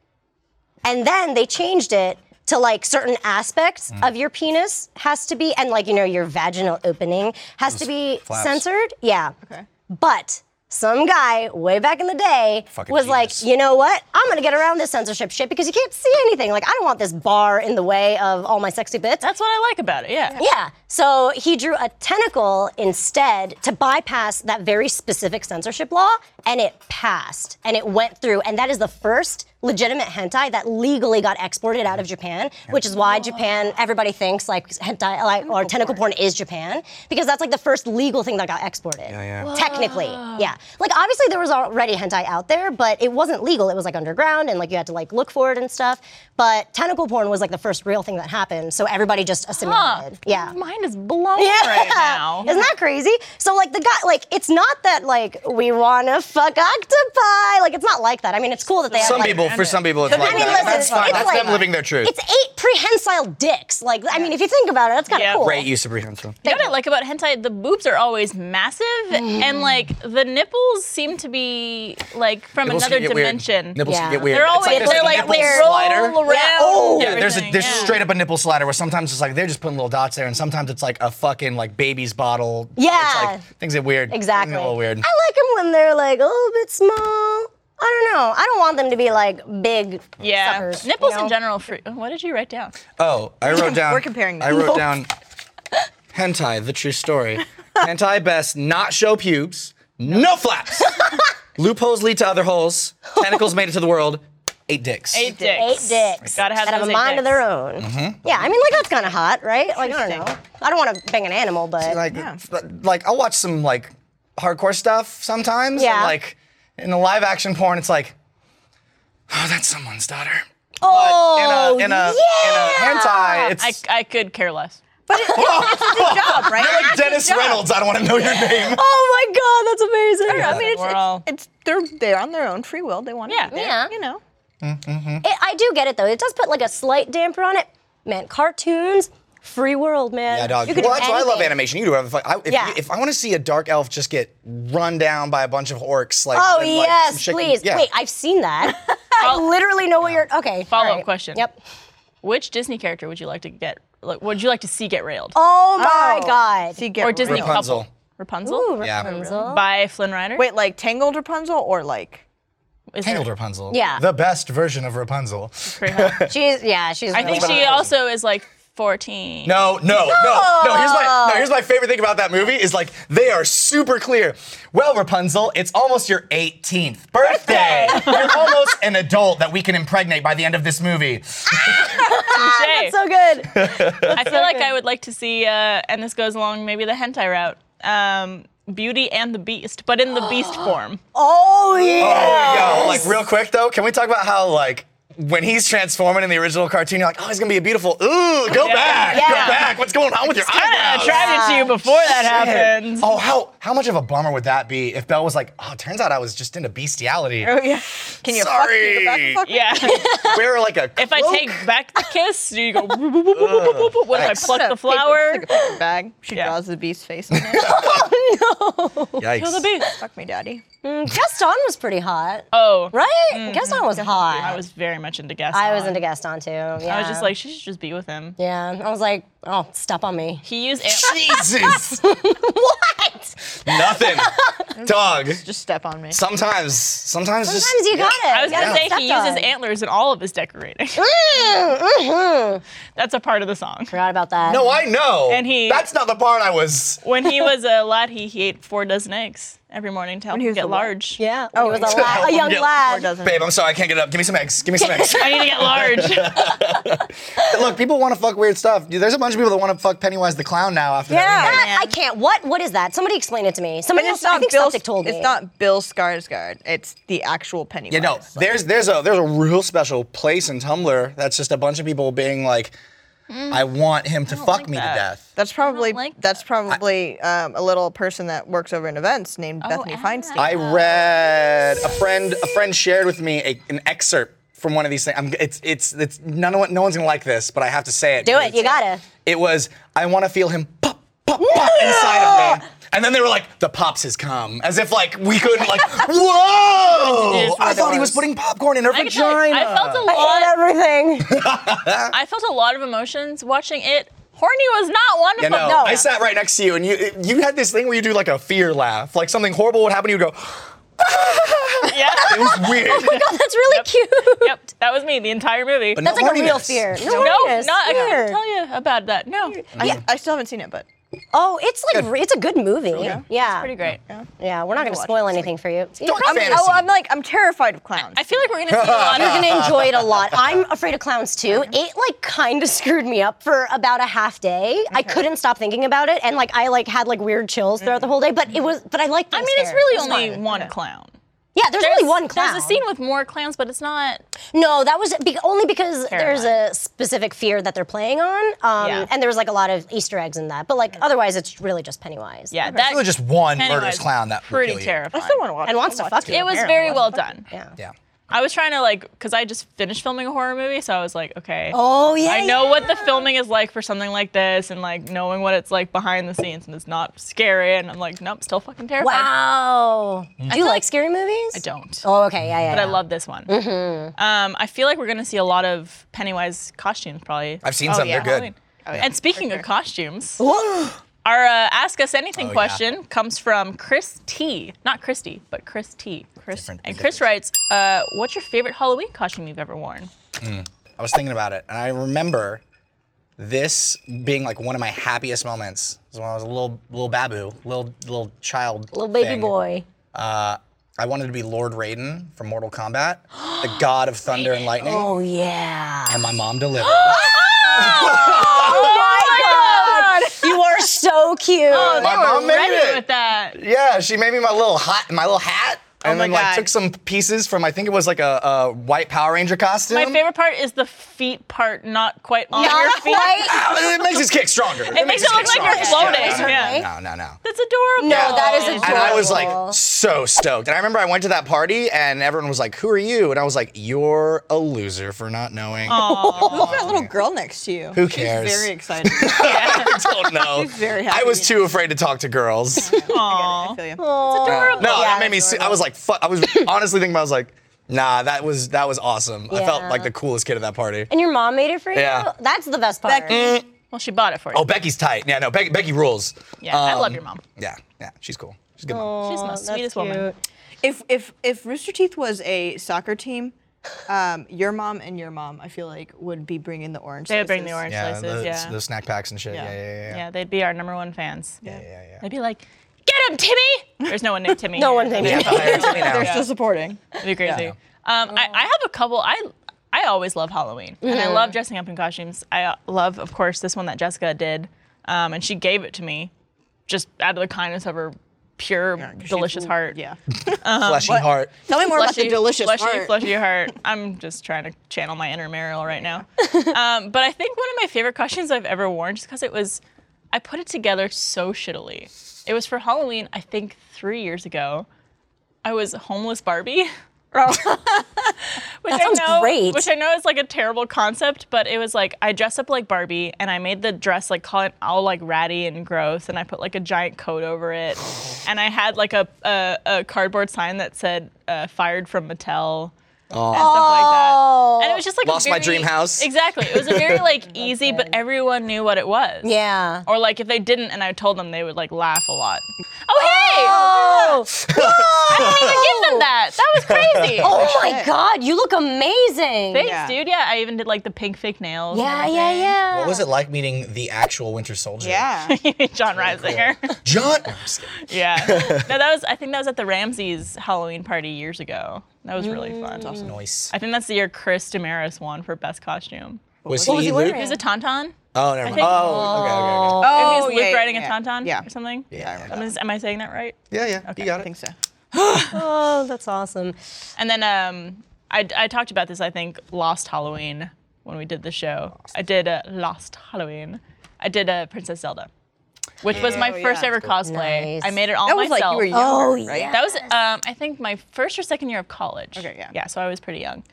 Speaker 2: And then they changed it to like certain aspects
Speaker 3: Mm.
Speaker 2: of your penis has to be, and like, you know, your vaginal opening has to be
Speaker 3: flaps.
Speaker 2: censored. Yeah.
Speaker 4: Okay.
Speaker 2: But some guy way back in the day
Speaker 3: Fucking
Speaker 2: was
Speaker 3: genius.
Speaker 2: like, you know what? I'm gonna get around this censorship shit because you can't see anything. Like, I don't want this bar in the way of all my sexy bits.
Speaker 1: That's what I like about it. Yeah.
Speaker 2: [LAUGHS] Yeah. So he drew a tentacle instead to bypass that very specific censorship law, and it passed and it went through. And that is the first legitimate hentai that legally got exported out of Japan, which is why Japan everybody thinks like hentai like, or tentacle porn is Japan because that's like the first legal thing that got exported.
Speaker 3: Yeah, yeah.
Speaker 2: Technically, yeah. Like obviously there was already hentai out there, but it wasn't legal. It was like underground and like you had to like look for it and stuff. But tentacle porn was like the first real thing that happened, so everybody just assimilated. Yeah.
Speaker 1: My mind is blown right now.
Speaker 2: Isn't that crazy? So like the guy, like it's not that like we want to fuck octopi. Like it's not like that. I mean, it's cool that they have.
Speaker 3: Some
Speaker 2: like-
Speaker 3: people, for some people, it's like
Speaker 2: I mean,
Speaker 3: that.
Speaker 2: listen,
Speaker 3: that's fine.
Speaker 2: it's
Speaker 3: That's
Speaker 2: like-
Speaker 3: them living their truth.
Speaker 2: It's eight prehensile dicks. Like I mean, if you think about it, that's kind of
Speaker 1: Yeah.
Speaker 2: cool.
Speaker 3: Great use of prehensile.
Speaker 1: You know what I like Mm. about hentai? The boobs are always massive, and like the nipples seem to be like from
Speaker 3: Nipples
Speaker 1: another
Speaker 3: can get weird.
Speaker 1: dimension.
Speaker 3: Nipples
Speaker 2: Yeah.
Speaker 3: can get weird.
Speaker 1: They're
Speaker 3: It's
Speaker 1: always
Speaker 3: there's a
Speaker 1: they're like
Speaker 3: nipple
Speaker 1: they roll
Speaker 3: slider.
Speaker 1: around.
Speaker 2: Yeah. Oh.
Speaker 1: and
Speaker 3: Yeah, there's a
Speaker 1: everything,
Speaker 3: there's
Speaker 1: yeah.
Speaker 3: straight up a nipple slider where sometimes it's like they're just putting little dots there, and sometimes it's like a fucking like baby's bottle. it's
Speaker 2: Yeah.
Speaker 3: like, things get
Speaker 1: Oh.
Speaker 3: weird.
Speaker 2: Exactly.
Speaker 3: a little weird.
Speaker 2: I like them when they're like a little bit small. I don't know. I don't want them to be like big
Speaker 1: Yeah,
Speaker 2: suckers. you
Speaker 1: nipples
Speaker 2: know?
Speaker 1: in general. For, what did you write down?
Speaker 3: Oh, I wrote down.
Speaker 4: We're comparing them.
Speaker 3: I wrote down hentai, the true story. hentai best not show pubes, no flaps. Loopholes lead to other holes. Tentacles made it to the world. Eight dicks.
Speaker 1: Eight dicks.
Speaker 2: Eight dicks.
Speaker 1: Gotta have
Speaker 2: that have
Speaker 1: those
Speaker 2: a
Speaker 1: eight
Speaker 2: mind of
Speaker 1: dicks.
Speaker 2: their own.
Speaker 3: Mm-hmm.
Speaker 2: Yeah, I mean, like that's kind of hot, right? Like I don't know.
Speaker 4: Interesting.
Speaker 2: I don't want to bang an animal, but
Speaker 3: Like, like I'll watch some like hardcore stuff sometimes. and,
Speaker 2: Yeah.
Speaker 3: like in the live action porn, it's like, oh, that's someone's daughter.
Speaker 2: oh,
Speaker 3: in a in a, in a hentai, it's.
Speaker 1: I, I could care less.
Speaker 4: job, right? Like, that's
Speaker 3: Dennis
Speaker 4: his job.
Speaker 3: Reynolds, I don't want to know your name.
Speaker 2: Oh my god, that's amazing.
Speaker 4: I mean, it's,
Speaker 1: We're
Speaker 4: it's,
Speaker 1: all-
Speaker 4: it's they're they're on their own free will. They want to
Speaker 1: Yeah.
Speaker 4: be there,
Speaker 2: Yeah.
Speaker 4: you know.
Speaker 2: It, I do get it though. It does put like a slight damper on it. Man, cartoons, free world, man.
Speaker 3: Yeah, dog.
Speaker 2: You could
Speaker 3: well,
Speaker 2: do
Speaker 3: that's why I love
Speaker 2: anything.
Speaker 3: animation. You can do whatever the fuck. I, if,
Speaker 2: Yeah.
Speaker 3: you- if I want to see a dark elf just get run down by a bunch of orcs, like
Speaker 2: Oh
Speaker 3: and, like, some
Speaker 2: yes,
Speaker 3: shit can-
Speaker 2: please.
Speaker 3: yeah.
Speaker 2: Wait, I've seen that.
Speaker 1: [LAUGHS]
Speaker 2: I literally know what you're. Okay.
Speaker 1: Follow-up
Speaker 2: alright.
Speaker 1: question.
Speaker 2: Yep.
Speaker 1: Which Disney character would you like to get? Like, would you like to see get railed?
Speaker 2: Oh my
Speaker 4: Oh.
Speaker 2: god.
Speaker 4: So you get
Speaker 1: or Disney
Speaker 4: real.
Speaker 3: Rapunzel.
Speaker 1: couple? Rapunzel. [LAUGHS]
Speaker 2: Ooh,
Speaker 3: Yeah.
Speaker 2: Rapunzel.
Speaker 1: By Flynn Rider.
Speaker 4: Wait, like Tangled Rapunzel or like
Speaker 1: Is
Speaker 3: Tangled
Speaker 1: there-
Speaker 3: Rapunzel.
Speaker 2: Yeah.
Speaker 3: The best version of Rapunzel. [LAUGHS]
Speaker 2: She's yeah. She's.
Speaker 1: I think she also is like 14.
Speaker 3: No, no, no, no. Here's my no, here's my favorite thing about that movie is like they are super clear. Well, Rapunzel, it's almost your 18th birthday. You're almost an adult that we can impregnate by the end of this movie.
Speaker 1: Shay.
Speaker 2: so good.
Speaker 1: I feel like I would like to see, uh, and this goes along maybe the hentai route, um, Beauty and the Beast, but
Speaker 2: [GASPS]
Speaker 1: in the beast form.
Speaker 2: Oh yeah.
Speaker 1: Oh.
Speaker 3: Yo, like real quick though, can we talk about how like when he's transforming in the original cartoon, you're like, oh, he's gonna be a beautiful. Ooh, go back, go
Speaker 2: Yeah.
Speaker 3: back. What's going on with your
Speaker 1: I
Speaker 3: eyebrows?
Speaker 1: tried it to you before that happened.
Speaker 3: Oh, how how much of a bummer would that be if Belle was like, oh, turns out I was just into
Speaker 1: [LAUGHS]
Speaker 3: bestiality.
Speaker 4: Oh yeah. Can you fuck me? You back and
Speaker 3: Sorry.
Speaker 4: fuck
Speaker 2: [LAUGHS]
Speaker 4: me?
Speaker 1: Yeah.
Speaker 3: Wear like a.
Speaker 1: if I
Speaker 3: cloak.
Speaker 1: take back the kiss, do you go? boop, boop, boop, boop, boop, boop, boop, boop, What if I
Speaker 3: Yikes.
Speaker 1: pluck
Speaker 4: Put
Speaker 1: the
Speaker 4: a paper-
Speaker 1: flower?
Speaker 4: like a paper bag. She
Speaker 1: Yeah.
Speaker 4: draws the beast's face.
Speaker 2: [LAUGHS]
Speaker 4: on it.
Speaker 3: Yikes.
Speaker 1: Kill the beast.
Speaker 4: fuck me, daddy.
Speaker 2: Gaston was pretty hot.
Speaker 1: Oh,
Speaker 2: Right? Gaston was hot.
Speaker 1: I was very much into Gaston.
Speaker 2: I was into Gaston too. Yeah.
Speaker 1: I was just like, she should just be with him.
Speaker 2: Yeah, I was like, oh, step on me.
Speaker 1: He used ant- [LAUGHS]
Speaker 3: Jesus.
Speaker 2: What?
Speaker 3: Nothing. Dog.
Speaker 4: Just step on me.
Speaker 3: Sometimes, sometimes,
Speaker 2: Sometimes
Speaker 3: just.
Speaker 2: you got it.
Speaker 1: I was
Speaker 2: You
Speaker 1: gonna
Speaker 2: gotta
Speaker 1: say
Speaker 2: get
Speaker 1: he
Speaker 2: stepped
Speaker 1: uses
Speaker 2: on.
Speaker 1: antlers in all of his decorating.
Speaker 2: Mm, mhm.
Speaker 1: That's a part of the song.
Speaker 2: Forgot about that.
Speaker 3: no, I know.
Speaker 1: And he-
Speaker 3: That's not the part I was.
Speaker 1: When he was a lad, he, he ate four dozen eggs every morning to help
Speaker 4: he
Speaker 1: him
Speaker 4: was
Speaker 1: get
Speaker 4: a what?
Speaker 1: large.
Speaker 2: Yeah. Oh, it was a,
Speaker 3: So-
Speaker 2: lad, a young
Speaker 3: Yeah.
Speaker 4: Or
Speaker 2: lad.
Speaker 4: doesn't.
Speaker 3: Babe, I'm sorry, I can't get up. Give me some eggs. Give me
Speaker 1: [LAUGHS]
Speaker 3: some eggs.
Speaker 1: I need to get
Speaker 3: [LAUGHS]
Speaker 1: large.
Speaker 3: Look, people want to fuck weird stuff. There's a bunch of people that want to fuck Pennywise the clown now after
Speaker 4: Yeah.
Speaker 3: that.
Speaker 2: That-
Speaker 4: man.
Speaker 2: I can't. What? What is that? Somebody explain it to me. Somebody
Speaker 4: And
Speaker 2: else. I think
Speaker 4: Bill-
Speaker 2: Celtic told me. [LAUGHS]
Speaker 4: It's not Bill Skarsgård. It's the actual Pennywise.
Speaker 3: You know,
Speaker 4: Like,
Speaker 3: there's there's a there's a real special place in Tumblr that's just a bunch of people being like, I want him to fuck
Speaker 1: Mm. like
Speaker 3: me
Speaker 1: that.
Speaker 3: to death.
Speaker 4: that's probably
Speaker 1: like
Speaker 4: that's probably um, a little person that works over in events named Bethany
Speaker 1: Anna.
Speaker 4: Feinstein.
Speaker 3: I read a friend a friend shared with me a, an excerpt from one of these things. I'm, it's it's it's none of one- no one's gonna like this, but I have to say it.
Speaker 2: Do
Speaker 3: because
Speaker 2: it. You
Speaker 3: it's-
Speaker 2: gotta.
Speaker 3: It was I want to feel him pop pop pop inside of me. And then they were like, the pops has come. As if like we couldn't like, whoa!
Speaker 1: It's one
Speaker 3: I
Speaker 1: of
Speaker 3: thought he was
Speaker 1: those.
Speaker 3: putting popcorn in her
Speaker 1: I, can tell
Speaker 3: vagina.
Speaker 1: you, I felt a lot.
Speaker 2: I [LAUGHS] hate everything.
Speaker 1: I felt a lot of emotions watching it. Horny was not one of
Speaker 3: Yeah, no,
Speaker 1: them.
Speaker 3: I sat right next to you, and you you had this thing where you do like a fear laugh, like something horrible would happen. You would go,
Speaker 1: [LAUGHS] Yeah.
Speaker 3: it was weird.
Speaker 2: God, that's really cute.
Speaker 1: yep. That was me the entire movie.
Speaker 3: But
Speaker 2: That's
Speaker 3: no
Speaker 2: like a real
Speaker 3: horniness.
Speaker 2: fear.
Speaker 1: no,
Speaker 2: horniness,
Speaker 1: not. I
Speaker 2: weird.
Speaker 1: can't tell you about that. No.
Speaker 4: I, I still haven't seen it, but
Speaker 2: Oh, it's like re- it's a good movie. Yeah.
Speaker 1: Pretty great.
Speaker 2: Yeah, we're not going to
Speaker 4: watch
Speaker 2: spoil
Speaker 4: it. It's
Speaker 2: anything for you.
Speaker 3: Dark
Speaker 2: You're probably-
Speaker 3: fantasy.
Speaker 4: Oh, I'm like, I'm terrified of clowns.
Speaker 1: I feel like we're gonna see a lot
Speaker 2: You're
Speaker 1: of
Speaker 2: gonna enjoy it a lot. I'm afraid of clowns too. It like kind of screwed me up for about a half day. I couldn't stop thinking about it, and like I like had like weird chills throughout the whole day. But it was, but I liked.
Speaker 1: Mm. I
Speaker 2: being
Speaker 1: mean, it's
Speaker 2: scared.
Speaker 1: really
Speaker 2: It was
Speaker 1: only
Speaker 2: fun.
Speaker 1: one clown.
Speaker 2: Yeah, there's, only one clown.
Speaker 1: There's a scene with more clowns, but it's not.
Speaker 2: No, that was be- only because
Speaker 1: Terrifying.
Speaker 2: there's a specific fear that they're playing on, um,
Speaker 1: Yeah. Mm.
Speaker 2: and there was like a lot of Easter eggs in that. But like otherwise, it's really just Pennywise.
Speaker 1: Yeah, that
Speaker 3: really just one
Speaker 1: Pennywise
Speaker 3: murderous clown that would
Speaker 1: pretty
Speaker 3: kill you.
Speaker 1: terrifying.
Speaker 4: I still want to watch.
Speaker 2: and wants to
Speaker 4: I'll
Speaker 2: fuck
Speaker 4: watch
Speaker 2: you.
Speaker 1: It was very well done.
Speaker 2: Yeah.
Speaker 3: Yeah.
Speaker 1: I was trying to like, because I just finished filming a horror movie, so I was like, okay.
Speaker 2: Oh yeah.
Speaker 1: I know
Speaker 2: yeah.
Speaker 1: what the filming is like for something like this, and like knowing what it's like behind the scenes, and it's not scary. And I'm like, nope, still fucking terrified.
Speaker 2: Wow. Do you like scary movies?
Speaker 1: I don't.
Speaker 2: Oh, Mm-hmm. okay. Yeah, yeah.
Speaker 1: But I
Speaker 2: yeah.
Speaker 1: love this one. Um, I feel like we're gonna see a lot of Pennywise costumes, probably.
Speaker 3: I've seen
Speaker 4: Oh,
Speaker 3: some.
Speaker 4: yeah.
Speaker 3: They're good.
Speaker 1: Halloween. and speaking of costumes,
Speaker 2: Whoa.
Speaker 1: [GASPS] our uh, Ask Us Anything
Speaker 3: Oh, yeah.
Speaker 1: question comes from Chris T. Not Christy, but Chris T. Chris.
Speaker 3: Different
Speaker 1: And Chris writes, uh, What's your favorite Halloween costume you've ever worn?
Speaker 3: I was thinking about it, and I remember this being like one of my happiest moments. It was when I was a little little babu, little little child,
Speaker 2: Little baby
Speaker 3: thing.
Speaker 2: boy.
Speaker 3: Uh, I wanted to be Lord Raiden from Mortal Kombat, the god of thunder and lightning,
Speaker 2: Oh yeah.
Speaker 3: and my mom delivered.
Speaker 2: Oh my god. You are so cute.
Speaker 3: my
Speaker 1: We're
Speaker 3: mom made
Speaker 1: ready
Speaker 3: it.
Speaker 1: with that.
Speaker 3: Yeah, she made me my little hat, my little hat, and
Speaker 4: my
Speaker 3: then like
Speaker 4: God.
Speaker 3: took some pieces from I think it was like a, a white Power Ranger costume.
Speaker 1: My favorite part is the feet part not quite on your
Speaker 2: Not
Speaker 1: feet. [LAUGHS]
Speaker 2: quite.
Speaker 3: Ah, [LAUGHS] it makes his kick stronger. It,
Speaker 1: makes
Speaker 3: his
Speaker 1: it look
Speaker 3: kick
Speaker 1: like you're
Speaker 3: stronger.
Speaker 1: floating,
Speaker 2: yeah.
Speaker 3: No, no, no.
Speaker 1: That's adorable.
Speaker 2: No, that is
Speaker 3: And I was
Speaker 2: adorable.
Speaker 3: like so stoked. And I remember I went to that party and everyone was like, Who are you? And I was like, You're a loser for not knowing.
Speaker 4: Look at that little girl next to you.
Speaker 3: Who cares?
Speaker 4: She's very excited.
Speaker 3: [LAUGHS] I don't know.
Speaker 4: very
Speaker 3: I
Speaker 4: happy
Speaker 3: was
Speaker 4: and-
Speaker 3: too afraid to talk to girls.
Speaker 4: I feel you.
Speaker 3: no,
Speaker 2: Yeah,
Speaker 3: that made me see I was like, fuck I was honestly thinking about I was like, nah, that was that was awesome. I felt
Speaker 2: Yeah.
Speaker 3: like the coolest kid at that party.
Speaker 2: And your mom made it for you?
Speaker 3: Yeah.
Speaker 2: That's the best part.
Speaker 4: Becky.
Speaker 1: Well, she bought it for you.
Speaker 3: Oh, Becky's tight. Yeah, no, Becky, Becky rules.
Speaker 1: yeah, I
Speaker 3: Um,
Speaker 1: love your mom.
Speaker 3: Yeah, yeah, she's cool. She's a good.
Speaker 2: Oh,
Speaker 3: mom.
Speaker 1: She's the most sweetest woman.
Speaker 4: If if if Rooster Teeth was a soccer team, um, your mom and your mom, I feel like would be bringing the orange.
Speaker 1: They would bring the
Speaker 4: slices.
Speaker 1: orange
Speaker 3: Yeah,
Speaker 1: slices.
Speaker 3: those,
Speaker 1: yeah.
Speaker 3: those snack packs and shit. Yeah,
Speaker 4: Yeah.
Speaker 3: yeah, yeah. yeah.
Speaker 1: yeah. they'd be our number one fans. Yeah,
Speaker 3: yeah, yeah.
Speaker 1: They'd be like, get him, Timmy! There's no one named Timmy.
Speaker 2: No
Speaker 1: here.
Speaker 2: one named
Speaker 1: That'd
Speaker 2: Timmy.
Speaker 1: be-
Speaker 3: They're silly
Speaker 4: [LAUGHS]
Speaker 3: now.
Speaker 4: They're still supporting.
Speaker 1: That'd be crazy. Um, I, I have a couple. I I always love Halloween, and I love dressing up in costumes. I uh, love, of course, this one that Jessica did, um, and she gave it to me, just out of the kindness of her pure, delicious
Speaker 4: She's-
Speaker 1: heart.
Speaker 4: Yeah.
Speaker 3: Fleshy heart.
Speaker 4: [LAUGHS] Tell me more about the delicious
Speaker 1: fleshy,
Speaker 4: heart.
Speaker 1: fleshy heart. [LAUGHS] I'm just trying to channel my inner Meryl right
Speaker 4: [LAUGHS]
Speaker 1: now. um, but I think one of my favorite costumes I've ever worn, just because it was, I put it together so shittily. It was for Halloween, I think three years ago. I was homeless Barbie. [LAUGHS]
Speaker 4: Oh.
Speaker 1: which
Speaker 2: That sounds
Speaker 1: I know,
Speaker 2: great.
Speaker 1: Which I know is like a terrible concept, but it was like I dressed up like Barbie and I made the dress like call it all like ratty and gross, and I put like a giant coat over
Speaker 4: [SIGHS]
Speaker 1: it, and I had like a a, a cardboard sign that said uh, "Fired from Mattel." And stuff like
Speaker 2: Oh.
Speaker 1: that. And it was just like a
Speaker 3: Oh. Lost my
Speaker 1: very-
Speaker 3: dream house.
Speaker 1: Exactly. It was a very
Speaker 2: [LAUGHS]
Speaker 1: like easy, but everyone knew what it was.
Speaker 2: Yeah.
Speaker 1: Or like if they didn't, and I told them, they would like laugh a lot. Oh hey!
Speaker 2: Oh,
Speaker 3: [LAUGHS]
Speaker 1: I didn't even give them that. That was crazy.
Speaker 2: [LAUGHS] oh my god, you look amazing.
Speaker 1: Thanks,
Speaker 4: Yeah.
Speaker 1: dude. Yeah, I even did like the pink fake nails.
Speaker 2: yeah, yeah, yeah.
Speaker 3: What was it like meeting the actual Winter Soldier?
Speaker 4: [LAUGHS] Yeah.
Speaker 1: yeah. [LAUGHS] John Reisinger.
Speaker 3: John. No, I'm just
Speaker 1: [LAUGHS]
Speaker 3: kidding.
Speaker 1: yeah. No, that was. I think that was at the Ramses Halloween party years ago. That was really fun.
Speaker 2: Mm.
Speaker 3: Nice.
Speaker 1: I think that's the year Chris Damaris won for best costume.
Speaker 2: was
Speaker 3: Was he
Speaker 2: he
Speaker 3: Luke?
Speaker 1: He
Speaker 2: wearing?
Speaker 1: was a tauntaun.
Speaker 3: Oh, never mind.
Speaker 1: think-
Speaker 3: Oh, okay, okay, okay.
Speaker 1: Oh, he was
Speaker 4: yeah,
Speaker 1: Luke
Speaker 4: yeah,
Speaker 1: riding
Speaker 4: yeah.
Speaker 1: a tauntaun
Speaker 4: Yeah.
Speaker 1: or something.
Speaker 3: Yeah, I remember.
Speaker 1: Am I- am I saying that right?
Speaker 3: Yeah, yeah. You got
Speaker 4: I
Speaker 3: it.
Speaker 4: think so.
Speaker 2: Oh, that's awesome.
Speaker 1: And then um, I, I talked about this, I think, last Halloween when we did the show. I did a Lost Halloween. I did a Princess Zelda, which was my first
Speaker 4: Oh, yeah.
Speaker 1: ever cosplay.
Speaker 2: Nice.
Speaker 1: I made it all
Speaker 4: That was like
Speaker 1: myself.
Speaker 4: you were younger,
Speaker 2: Oh,
Speaker 4: right?
Speaker 2: yeah.
Speaker 1: That was, um, I think, my first or second year of college.
Speaker 4: Okay, yeah.
Speaker 1: Yeah, so I was pretty young.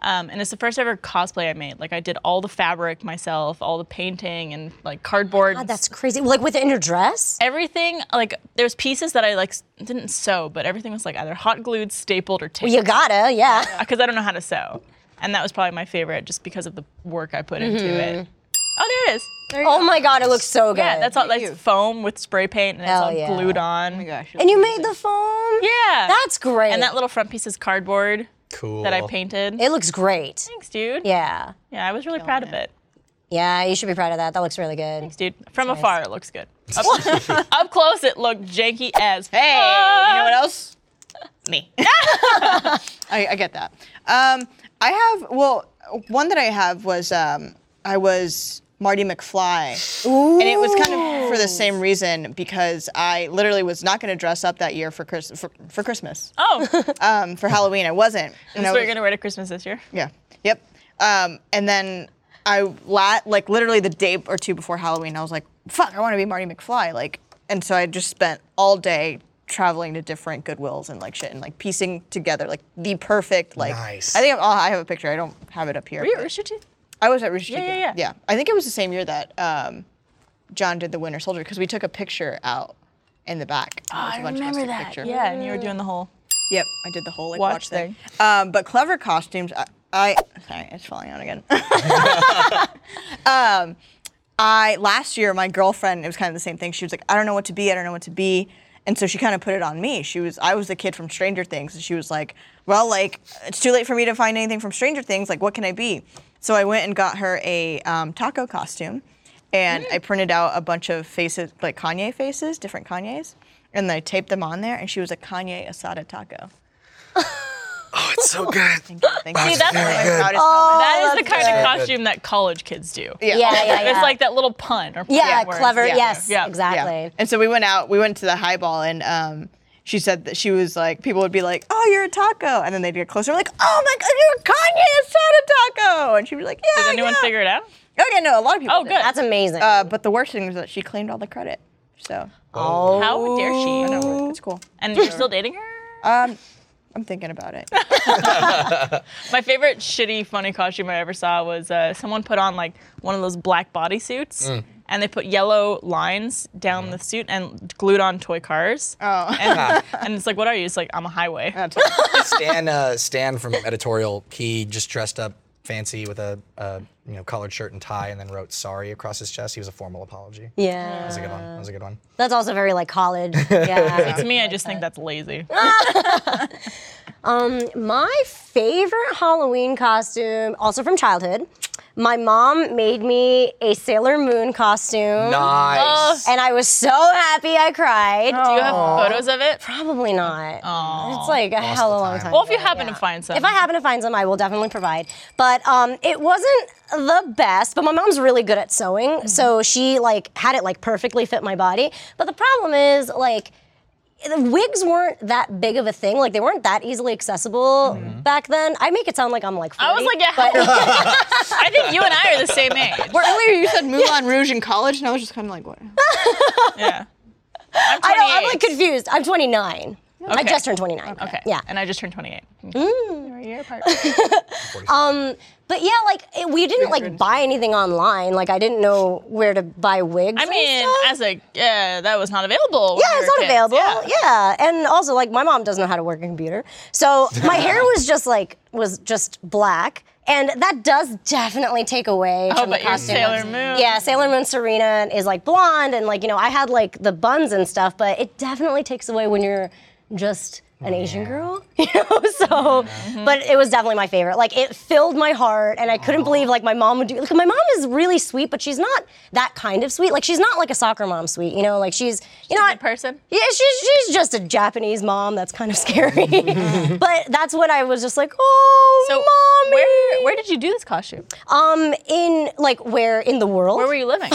Speaker 1: Um, and it's the first ever cosplay I made. Like, I did all the fabric myself, all the painting and like cardboard.
Speaker 2: God, that's crazy. Like within her dress?
Speaker 1: everything, like, there's pieces that I like s- didn't sew, but everything was like either hot glued, stapled, or taped
Speaker 2: You gotta, yeah.
Speaker 1: because I don't know how to sew. And that was probably my favorite just because of the work I put into it. Oh, there it is. There
Speaker 2: [LAUGHS] Oh my god, it looks so Mm-hmm. good.
Speaker 1: yeah, that's all that's
Speaker 4: you.
Speaker 1: foam with spray paint and it's
Speaker 2: Hell
Speaker 1: all
Speaker 2: yeah.
Speaker 1: glued on.
Speaker 4: Oh my gosh.
Speaker 2: And you made the foam?
Speaker 1: Yeah.
Speaker 2: That's great.
Speaker 1: and that little front piece is cardboard
Speaker 3: Cool.
Speaker 1: that I painted.
Speaker 2: It looks great.
Speaker 1: Thanks, dude.
Speaker 2: Yeah.
Speaker 1: Yeah, I was really proud of it.
Speaker 2: Yeah, you should be proud of that. That looks really good.
Speaker 1: Dude, from afar, it looks good. Up, up close, it looked janky
Speaker 2: [LAUGHS]
Speaker 1: as hey. You know what else?
Speaker 4: else? [LAUGHS] Me. I, I get that. Um, I have well, one that I have was um, I was Marty McFly, and it was kind of for the same reason because I literally was not going to dress up that year for Chris for, for Christmas
Speaker 2: [LAUGHS]
Speaker 1: Oh,
Speaker 4: um, for Halloween. I wasn't. And I
Speaker 1: that's what
Speaker 4: was-
Speaker 1: you're gonna wear to Christmas this year.
Speaker 4: yeah. Yep. Um, and then I la- like literally the day or two before Halloween, I was like, "Fuck, I want to be Marty McFly!" Like, and so I just spent all day traveling to different Goodwills and like shit, and like piecing together like the perfect like.
Speaker 3: Nice.
Speaker 4: I think I'm, oh, I have a picture. I don't have it up here.
Speaker 1: Were you at
Speaker 4: but-
Speaker 1: Rooster Teeth?
Speaker 4: I was at Rooster
Speaker 1: Yeah,
Speaker 4: Teeth,
Speaker 1: yeah, yeah.
Speaker 4: I think it was the same year that um, John did the Winter Soldier because we took a picture out in the back.
Speaker 1: Oh,
Speaker 4: and there was a bunch of us took picture.
Speaker 1: Yeah, and you were doing the whole.
Speaker 4: Yep, I did the whole like
Speaker 1: Watch
Speaker 4: watch, thing. Um, but clever costumes. I, I sorry, it's falling out again. [LAUGHS] um, I last year my girlfriend. It was kind of the same thing. She was like, I don't know what to be. I don't know what to be. And so she kind of put it on me. She was I was the kid from Stranger Things, and she was like, Well, like it's too late for me to find anything from Stranger Things. Like, what can I be? So I went and got her a um, taco costume, and I printed out a bunch of faces, like Kanye faces, different Kanyes, and I taped them on there. And she was a Kanye asada taco.
Speaker 3: Oh, it's so good.
Speaker 4: Thank you.
Speaker 1: that's
Speaker 4: One of my
Speaker 3: very good.
Speaker 4: proudest moments.
Speaker 1: that is the kind of
Speaker 3: good.
Speaker 1: costume that college kids do.
Speaker 2: Yeah,
Speaker 4: Yeah.
Speaker 2: yeah, yeah.
Speaker 1: It's like that little pun or play
Speaker 2: yeah,
Speaker 1: on words.
Speaker 2: clever.
Speaker 4: Yeah.
Speaker 2: Yes,
Speaker 1: Yeah.
Speaker 2: exactly.
Speaker 4: Yeah. And so we went out, we went to the highball, and um, she said that she was like, people would be like, oh, you're a taco. And then they'd get closer, like, oh my God, you're a Kanye asada taco. And she'd be like, yeah.
Speaker 1: Did anyone
Speaker 4: yeah.
Speaker 1: figure it out?
Speaker 4: Oh, yeah, no, a lot of people.
Speaker 1: Oh,
Speaker 4: did.
Speaker 1: good.
Speaker 2: That's amazing.
Speaker 4: Uh, but the worst thing was that she claimed all the credit. So
Speaker 1: How dare she?
Speaker 4: it's cool.
Speaker 1: And you're still dating her?
Speaker 4: I'm thinking about [LAUGHS] it.
Speaker 1: My favorite shitty funny costume I ever saw was uh, someone put on like one of those black bodysuits. And they put yellow lines down the suit and glued on toy cars. Oh. [LAUGHS] And, and it's like, what are you? It's like, I'm a highway.
Speaker 3: Stan, uh, Stan from editorial, he just dressed up fancy with a, a you know collared shirt and tie, and then wrote "sorry" across his chest. He was a formal apology. That
Speaker 2: yeah,
Speaker 3: was a good one. That was a good one.
Speaker 2: that's also very
Speaker 1: [LAUGHS]
Speaker 2: like college. Yeah.
Speaker 1: to me, I just think that's lazy.
Speaker 2: My favorite Halloween costume, also from childhood, my mom made me a Sailor Moon costume.
Speaker 3: Nice.
Speaker 2: And I was so happy I cried.
Speaker 1: Do you have photos of it?
Speaker 2: Probably not. It's like a hell of a long
Speaker 3: time.
Speaker 2: time.
Speaker 1: Well, if you
Speaker 2: ago,
Speaker 1: happen
Speaker 2: yeah.
Speaker 1: to find some.
Speaker 2: If I happen to find some, I will definitely provide. But um, it wasn't the best. But my mom's really good at sewing, so she like had it like perfectly fit my body. But the problem is like. The wigs weren't that big of a thing. Like they weren't that easily accessible back then. I make it sound like I'm like 40.
Speaker 1: I was like, yeah, how- [LAUGHS] I think you and I are the [LAUGHS] same age.
Speaker 4: Or earlier you said Moulin Rouge in college, and I was just kind of like, what?
Speaker 1: Yeah. I'm 28.
Speaker 2: I know, I'm like confused. I'm 29. I just turned 29.
Speaker 1: Okay.
Speaker 2: Yeah.
Speaker 1: And I just turned 28. We're a year apart.
Speaker 2: But yeah, like it, we didn't like buy anything online. Like I didn't know where to buy wigs.
Speaker 1: I
Speaker 2: and
Speaker 1: mean,
Speaker 2: stuff.
Speaker 1: as a yeah, that was not available. when
Speaker 2: Yeah,
Speaker 1: we
Speaker 2: it's
Speaker 1: were
Speaker 2: not
Speaker 1: kids.
Speaker 2: available. Yeah. and also like my mom doesn't know how to work a computer, so my hair was just like was just black, and that does definitely take away
Speaker 1: Oh,
Speaker 2: from
Speaker 1: but
Speaker 2: the
Speaker 1: you're
Speaker 2: costume.
Speaker 1: Sailor Moon.
Speaker 2: Yeah, Sailor Moon Serena is like blonde, and like you know I had like the buns and stuff, but it definitely takes away when you're just an Asian girl, [LAUGHS] you know. So, but it was definitely my favorite. Like it filled my heart, and I couldn't believe like my mom would do. Like my mom is really sweet, but she's not that kind of sweet. Like she's not like a soccer mom sweet, you know. Like she's you know
Speaker 1: Good person.
Speaker 2: yeah, she's she's just a Japanese mom. That's kind of scary. [LAUGHS] but that's what I was just like, oh,
Speaker 1: So
Speaker 2: mommy.
Speaker 1: where where did you do this costume?
Speaker 2: um, in like where in the world?
Speaker 1: Where were you
Speaker 2: [LAUGHS]
Speaker 1: living?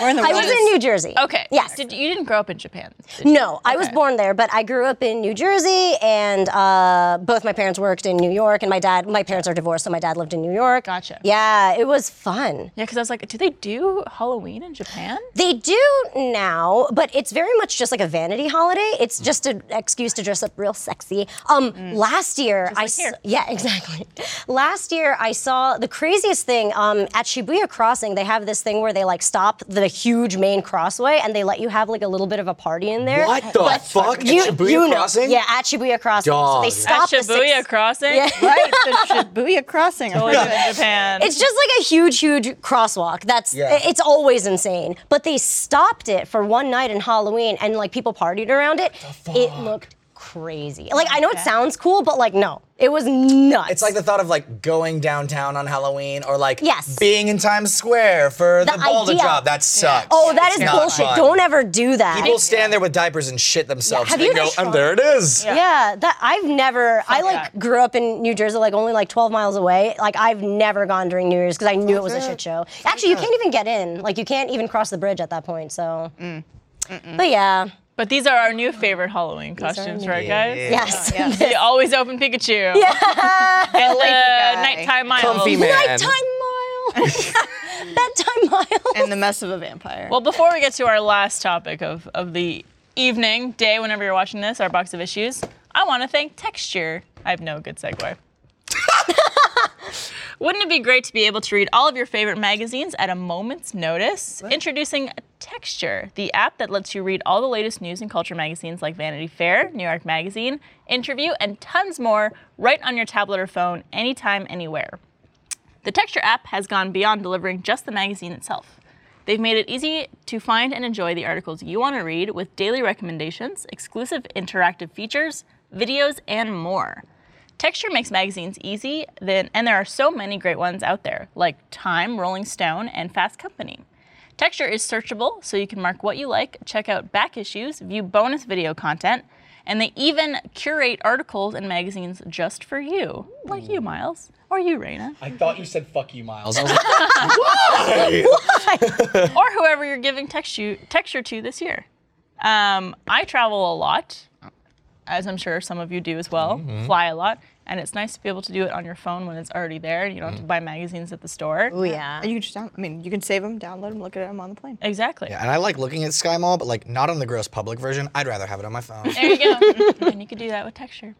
Speaker 4: We're in the
Speaker 2: I was in New Jersey.
Speaker 1: Okay.
Speaker 2: Yes.
Speaker 1: Did you didn't grow up in Japan? did you?
Speaker 2: No, I was
Speaker 1: Okay.
Speaker 2: born there, but I grew up in New Jersey, and uh, both my parents worked in New York, and my dad, my parents are divorced, so my dad lived in New York.
Speaker 1: Gotcha.
Speaker 2: Yeah, it was fun.
Speaker 1: Yeah, because I was like, do they do Halloween in Japan?
Speaker 2: They do now, but it's very much just like a vanity holiday.
Speaker 1: Mm.
Speaker 2: It's just an excuse to dress up real sexy. Um, last year I s-
Speaker 1: here.
Speaker 2: yeah [LAUGHS] exactly. Last year I saw the craziest thing um, at Shibuya Crossing. They have this thing where they like stop the huge main crossway and they let you have like a little bit of a party in there.
Speaker 3: What the fuck? At Shibuya
Speaker 2: know.
Speaker 3: Crossing?
Speaker 2: Yeah, at Shibuya Crossing. So
Speaker 3: Dog.
Speaker 2: they
Speaker 3: At
Speaker 2: stop
Speaker 1: At
Speaker 2: the six-
Speaker 1: Shibuya Crossing? [LAUGHS]
Speaker 2: Yeah.
Speaker 4: right, the Shibuya crossing.
Speaker 1: Always
Speaker 2: [LAUGHS]
Speaker 1: in Japan.
Speaker 2: It's just like a huge, huge crosswalk. That's
Speaker 3: Yeah.
Speaker 2: it's always insane. But they stopped it for one night in Halloween, and like people partied around it. It looked crazy. Like I know it sounds cool, but like no, it was nuts.
Speaker 3: It's like the thought of like going downtown on Halloween or like
Speaker 2: Yes.
Speaker 3: being in Times Square for the,
Speaker 2: The
Speaker 3: Boulder
Speaker 2: idea.
Speaker 3: job. That sucks.
Speaker 2: oh, that
Speaker 3: It's
Speaker 2: is
Speaker 3: not
Speaker 2: bullshit.
Speaker 3: fun.
Speaker 2: Don't ever do that.
Speaker 3: People stand there with diapers and shit themselves.
Speaker 2: Yeah, have
Speaker 3: and
Speaker 2: you
Speaker 3: they go,
Speaker 2: guys
Speaker 3: and
Speaker 2: tried-
Speaker 3: there it is.
Speaker 2: Yeah, that I've never. I like
Speaker 1: that.
Speaker 2: grew up in New Jersey, like only like 12 miles away. Like I've never gone during New Year's because I knew it was a shit show. Actually, you can't even get in. Like you can't even cross the bridge at that point. So, but yeah,
Speaker 1: But these are our new favorite Halloween costumes,
Speaker 2: new-
Speaker 1: right, guys?
Speaker 2: yes,
Speaker 1: The always open
Speaker 2: [LAUGHS]
Speaker 1: Pikachu. Yeah. And the
Speaker 4: guy.
Speaker 1: nighttime miles.
Speaker 3: Comfy man.
Speaker 2: nighttime mile, [LAUGHS] bedtime mile. [LAUGHS]
Speaker 4: and the mess of a vampire.
Speaker 1: Well, before we get to our last topic of, of the evening, day, whenever you're watching this, our box of issues, I want to thank Texture. I have no good segue. Wouldn't it be great to be able to read all of your favorite magazines at a moment's notice? Introducing Texture, the app that lets you read all the latest news and culture magazines like Vanity Fair, New York Magazine, Interview, and tons more right on your tablet or phone, anytime, anywhere. The Texture app has gone beyond delivering just the magazine itself. They've made it easy to find and enjoy the articles you want to read with daily recommendations, exclusive interactive features, videos, and more. Texture makes magazines easy, then, and there are so many great ones out there, like Time, Rolling Stone, and Fast Company. Texture is searchable, so you can mark what you like, check out back issues, view bonus video content, and they even curate articles and magazines just for you, like you, Miles, or you, Raina.
Speaker 3: I thought you said fuck you, Miles. I was like,
Speaker 1: [LAUGHS] or whoever you're giving texture texture to this year. Um, I travel a lot, as I'm sure some of you do as well. Fly a lot, and it's nice to be able to do it on your phone when it's already there. You don't have to buy magazines at the store.
Speaker 2: Oh yeah.
Speaker 4: you can just down, I mean, you can save them, download them, look at them on the plane.
Speaker 1: Exactly.
Speaker 3: and I like looking at Sky Mall, but like not on the gross public version. I'd rather have it on
Speaker 2: [LAUGHS]
Speaker 3: my phone.
Speaker 1: There you go. and you could do that with texture.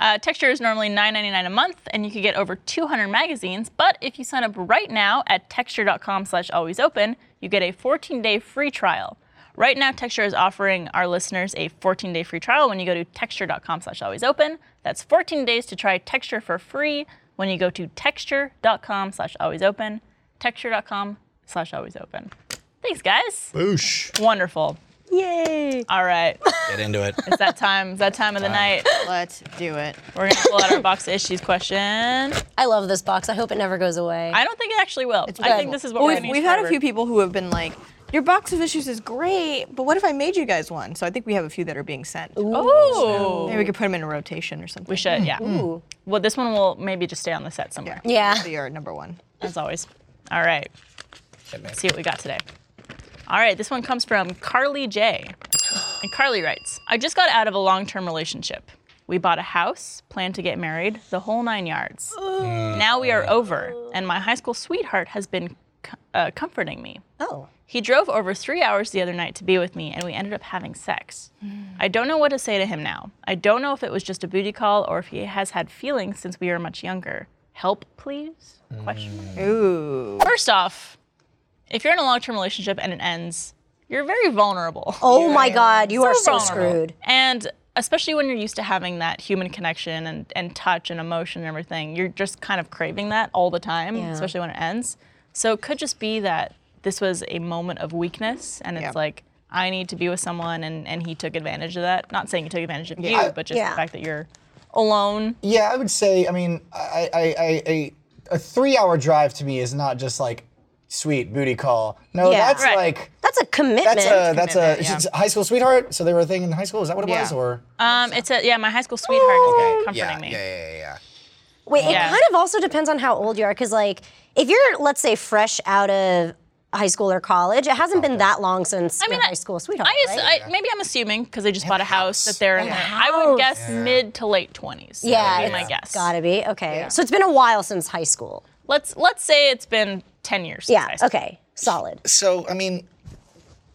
Speaker 1: Uh, texture is normally $9.99 a month, and you could get over 200 magazines. But if you sign up right now at texture.com/alwaysopen, you get a 14-day free trial. Right now, Texture is offering our listeners a 14-day free trial when you go to texture.com/alwaysopen. That's 14 days to try Texture for free when you go to texture.com/alwaysopen. Texture.com/alwaysopen. Thanks, guys.
Speaker 3: Boosh.
Speaker 1: Wonderful.
Speaker 2: Yay.
Speaker 1: All right.
Speaker 3: Get into it.
Speaker 1: It's that time. It's that time of the night.
Speaker 4: Let's do it.
Speaker 1: We're gonna pull out our box of issues question. I
Speaker 2: I love this box. I hope it never goes away.
Speaker 1: don't think it actually will. I
Speaker 2: good.
Speaker 1: think this is what we're
Speaker 4: We've,
Speaker 1: gonna use
Speaker 4: we've had a
Speaker 1: forever.
Speaker 4: few people who have been like, your box of issues is great, but what if I made you guys one? So I think we have a few that are being sent.
Speaker 1: Ooh.
Speaker 4: Maybe we could put them in a rotation or something.
Speaker 1: We should, yeah. Well, this one will maybe just stay on the set somewhere,
Speaker 2: Yeah.
Speaker 4: They are number one.
Speaker 1: as always. All right. Let's see what we got today. All right, this one comes from Carly J. And Carly writes I just got out of a long term relationship. We bought a house, planned to get married, the whole nine yards. Now we are over, and my high school sweetheart has been c- uh, comforting me.
Speaker 2: Oh.
Speaker 1: He drove over three hours the other night to be with me, and we ended up having sex. I don't know what to say to him now. I don't know if it was just a booty call or if he has had feelings since we were much younger. Help, please? Question. mark.
Speaker 4: Ooh.
Speaker 1: First off, if you're in a long-term relationship and it ends, you're very vulnerable.
Speaker 2: Oh my God. You are so
Speaker 1: vulnerable.
Speaker 2: screwed.
Speaker 1: And especially when you're used to having that human connection and, and touch and emotion and everything, you're just kind of craving that all the time,
Speaker 2: Yeah.
Speaker 1: especially when it ends. So it could just be that this was a moment of weakness and it's
Speaker 4: Yeah.
Speaker 1: like, I need to be with someone and, and he took advantage of that. Not saying he took advantage of you, but just
Speaker 2: Yeah.
Speaker 1: the fact that you're alone.
Speaker 3: Yeah, I would say. I mean, I, I, I, I a three-hour drive to me is not just like sweet booty call. No,
Speaker 4: Yeah.
Speaker 3: that's
Speaker 1: Right.
Speaker 3: like
Speaker 2: That's a commitment.
Speaker 3: that's a that's a
Speaker 4: Commitment, yeah.
Speaker 3: it's a high school sweetheart. So they were a thing in high school. Is that what it was?
Speaker 4: Yeah.
Speaker 3: Or
Speaker 1: Um, it's a yeah, my high school sweetheart
Speaker 2: Oh.
Speaker 1: has been comforting me.
Speaker 3: Oh, yeah, yeah, yeah.
Speaker 2: Wait,
Speaker 1: Yeah.
Speaker 2: it kind of also depends on how old you are, because like if you're, let's say, fresh out of high school or college, it hasn't been that long since your
Speaker 1: I-
Speaker 2: high school sweetheart.
Speaker 1: I,
Speaker 2: right?
Speaker 1: just, I maybe I'm assuming because they just bought a house,
Speaker 3: house.
Speaker 1: that they're in there. I would guess
Speaker 3: Yeah.
Speaker 1: mid to late twenties.
Speaker 2: yeah,
Speaker 1: would be
Speaker 2: it's
Speaker 1: my guess.
Speaker 2: Gotta be okay. So it's been a while since high school.
Speaker 1: Let's let's say it's been ten years. Since
Speaker 2: Yeah.
Speaker 1: high school.
Speaker 2: Okay. Solid.
Speaker 3: So I mean,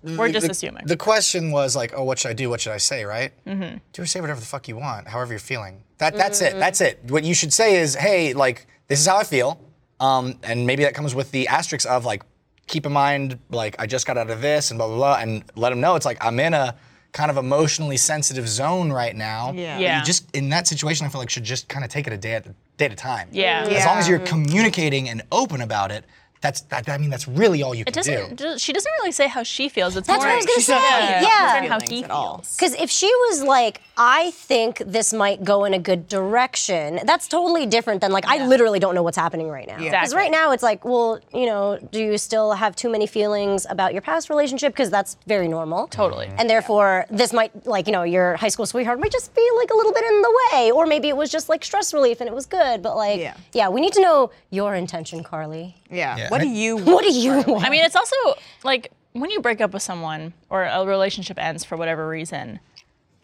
Speaker 1: We're just
Speaker 3: the,
Speaker 1: assuming.
Speaker 3: The question was like, oh, what should I do? What should I say? Right? Mm-hmm. Do or say whatever the fuck you want, however you're feeling. That that's
Speaker 1: Mm-hmm.
Speaker 3: it. That's it. What you should say is, hey, like this is how I feel, um, and maybe that comes with the asterisk of like, keep in mind, like I just got out of this and blah blah blah, and let them know it's like I'm in a kind of emotionally sensitive zone right now.
Speaker 4: Yeah.
Speaker 1: Yeah.
Speaker 3: You just in that situation, I feel like should just kind of take it a day at day at a time.
Speaker 1: Yeah.
Speaker 3: As long as you're communicating and open about it. That's that. I mean, that's really all you
Speaker 1: It
Speaker 3: can do.
Speaker 1: doesn't. does- she doesn't really say how she feels. It's
Speaker 2: That's
Speaker 1: more
Speaker 2: what I was gonna
Speaker 1: she's not
Speaker 2: say,
Speaker 1: gonna
Speaker 2: yeah.
Speaker 1: concern how he
Speaker 4: Feelings at all.
Speaker 1: feels.
Speaker 2: Because if she was like, I think this might go in a good direction. That's totally different than like I literally don't know what's happening right now. Because
Speaker 1: Exactly.
Speaker 2: right now it's like, well, you know, do you still have too many feelings about your past relationship? Because that's very normal.
Speaker 1: Totally.
Speaker 2: And therefore, this might like you know your high school sweetheart might just be like a little bit in the way, or maybe it was just like stress relief and it was good. But like,
Speaker 4: Yeah.
Speaker 2: yeah, we need to know your intention, Carly.
Speaker 4: Yeah.
Speaker 3: Yeah.
Speaker 4: What do [LAUGHS] you?
Speaker 2: What do you want? [LAUGHS]
Speaker 1: I mean, it's also like when you break up with someone or a relationship ends for whatever reason,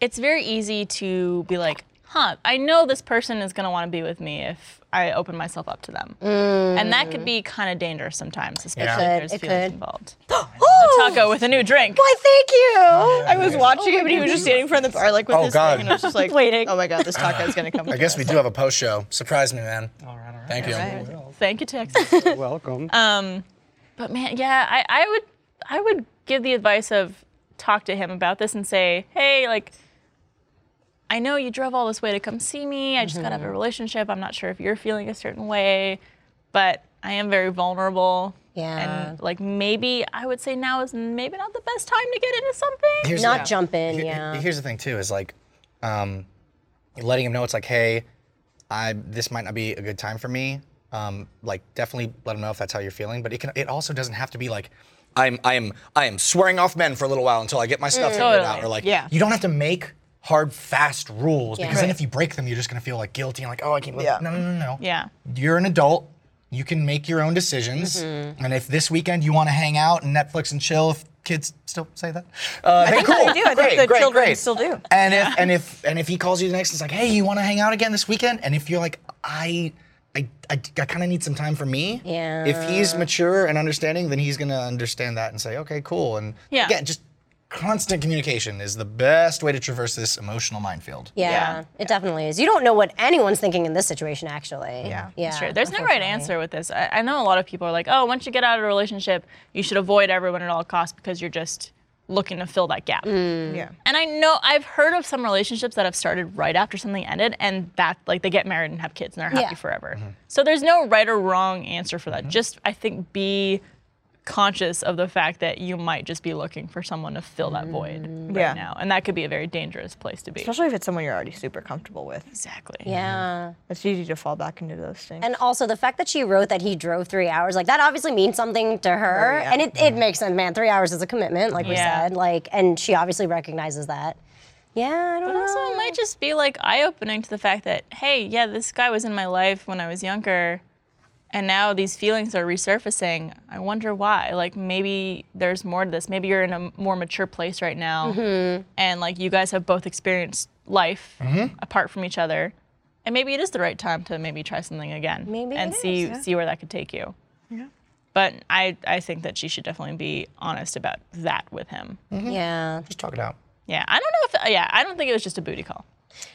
Speaker 1: it's very easy to be like, huh, I know this person is going to want to be with me if I open myself up to them. And that could be kind of dangerous sometimes, especially
Speaker 3: It
Speaker 1: if there's
Speaker 2: could, it
Speaker 1: feelings
Speaker 2: could.
Speaker 1: involved.
Speaker 2: [GASPS] Oh,
Speaker 1: Taco with a new drink.
Speaker 2: why? Thank you.
Speaker 4: I was watching him and he was just standing in front of the bar like with
Speaker 3: Oh,
Speaker 4: his
Speaker 3: God.
Speaker 4: thing and I was just like
Speaker 2: Waiting.
Speaker 4: Oh my god, this taco's gonna come.
Speaker 3: I guess we do have a post show. Surprise me, man. All right, all right. Thank you.
Speaker 1: Thank you, Texas.
Speaker 5: [LAUGHS] Welcome.
Speaker 1: But man, yeah, I, I would I would give the advice of talk to him about this and say, hey, like, I know you drove all this way to come see me. I just got out of a relationship. I'm not sure if you're feeling a certain way, but I am very vulnerable.
Speaker 2: Yeah.
Speaker 1: And like maybe I would say now is maybe not the best time to get into something.
Speaker 3: Here's
Speaker 2: Not
Speaker 3: the-
Speaker 2: jump in,
Speaker 3: Here-
Speaker 2: yeah.
Speaker 3: Here's the thing too is like, um, letting him know it's like, hey, I this might not be a good time for me. Um, like definitely let him know if that's how you're feeling. But it can. It also doesn't have to be like. I'm I am I am swearing off men for a little while until I get my stuff figured out.
Speaker 1: Totally.
Speaker 3: Or like,
Speaker 4: Mm. Yeah.
Speaker 3: you don't have to make hard fast rules because then
Speaker 2: Right.
Speaker 3: if you break them, you're just gonna feel like guilty and like, oh, I can't.
Speaker 4: Yeah.
Speaker 3: Yeah. No, no, no, no.
Speaker 1: Yeah.
Speaker 3: You're an adult. You can make your own decisions.
Speaker 4: Mm-hmm.
Speaker 3: And if this weekend you want to hang out and Netflix and chill, if kids still say that, uh, then cool.
Speaker 4: they do. I think
Speaker 3: great,
Speaker 4: the
Speaker 3: great,
Speaker 4: children
Speaker 3: great.
Speaker 4: still do.
Speaker 3: And if and if and if he calls you the next, it's like, hey, you want to hang out again this weekend? And if you're like, I. I, I, I kind of need some time for me.
Speaker 2: Yeah.
Speaker 3: If he's mature and understanding, then he's gonna understand that and say, okay, cool. And
Speaker 1: Yeah.
Speaker 3: again, just constant communication is the best way to traverse this emotional minefield.
Speaker 2: Yeah,
Speaker 1: Yeah.
Speaker 2: it definitely is. You don't know what anyone's thinking in this situation, actually.
Speaker 3: Yeah.
Speaker 2: yeah.
Speaker 1: Sure. There's no right answer with this. I, I know a lot of people are like, oh, once you get out of a relationship, you should avoid everyone at all costs because you're just looking to fill that gap.
Speaker 2: Mm.
Speaker 4: Yeah.
Speaker 1: And I know I've heard of some relationships that have started right after something ended, and that like they get married and have kids and they're happy
Speaker 2: Yeah.
Speaker 1: forever.
Speaker 4: Mm-hmm.
Speaker 1: So there's no right or wrong answer for that. Just I think be conscious of the fact that you might just be looking for someone to fill that void
Speaker 2: Mm.
Speaker 1: right
Speaker 4: Yeah.
Speaker 1: now, and that could be a very dangerous place to be.
Speaker 4: Especially if it's someone you're already super comfortable with.
Speaker 1: Exactly.
Speaker 2: Yeah.
Speaker 4: It's easy to fall back into those things.
Speaker 2: And also the fact that she wrote that he drove three hours, like that obviously means something to her.
Speaker 4: yeah.
Speaker 2: And it, it makes sense, man. Three hours is a commitment, like we
Speaker 1: Yeah.
Speaker 2: said. Like and she obviously recognizes that. Yeah, I don't know.
Speaker 1: Also, it might just be like eye opening to the fact that, hey, yeah, this guy was in my life when I was younger, and now these feelings are resurfacing. I wonder why. Like, maybe there's more to this. Maybe you're in a more mature place right now,
Speaker 2: Mm-hmm.
Speaker 1: and like you guys have both experienced life apart from each other. And maybe it is the right time to maybe try something again
Speaker 2: Maybe
Speaker 1: and
Speaker 2: it
Speaker 1: see
Speaker 2: is, yeah.
Speaker 1: see where that could take you. But I, I think that she should definitely be honest about that with him.
Speaker 2: Mm. yeah.
Speaker 3: Just talk it out.
Speaker 1: Yeah, I don't know if yeah, I don't think it was just a booty call.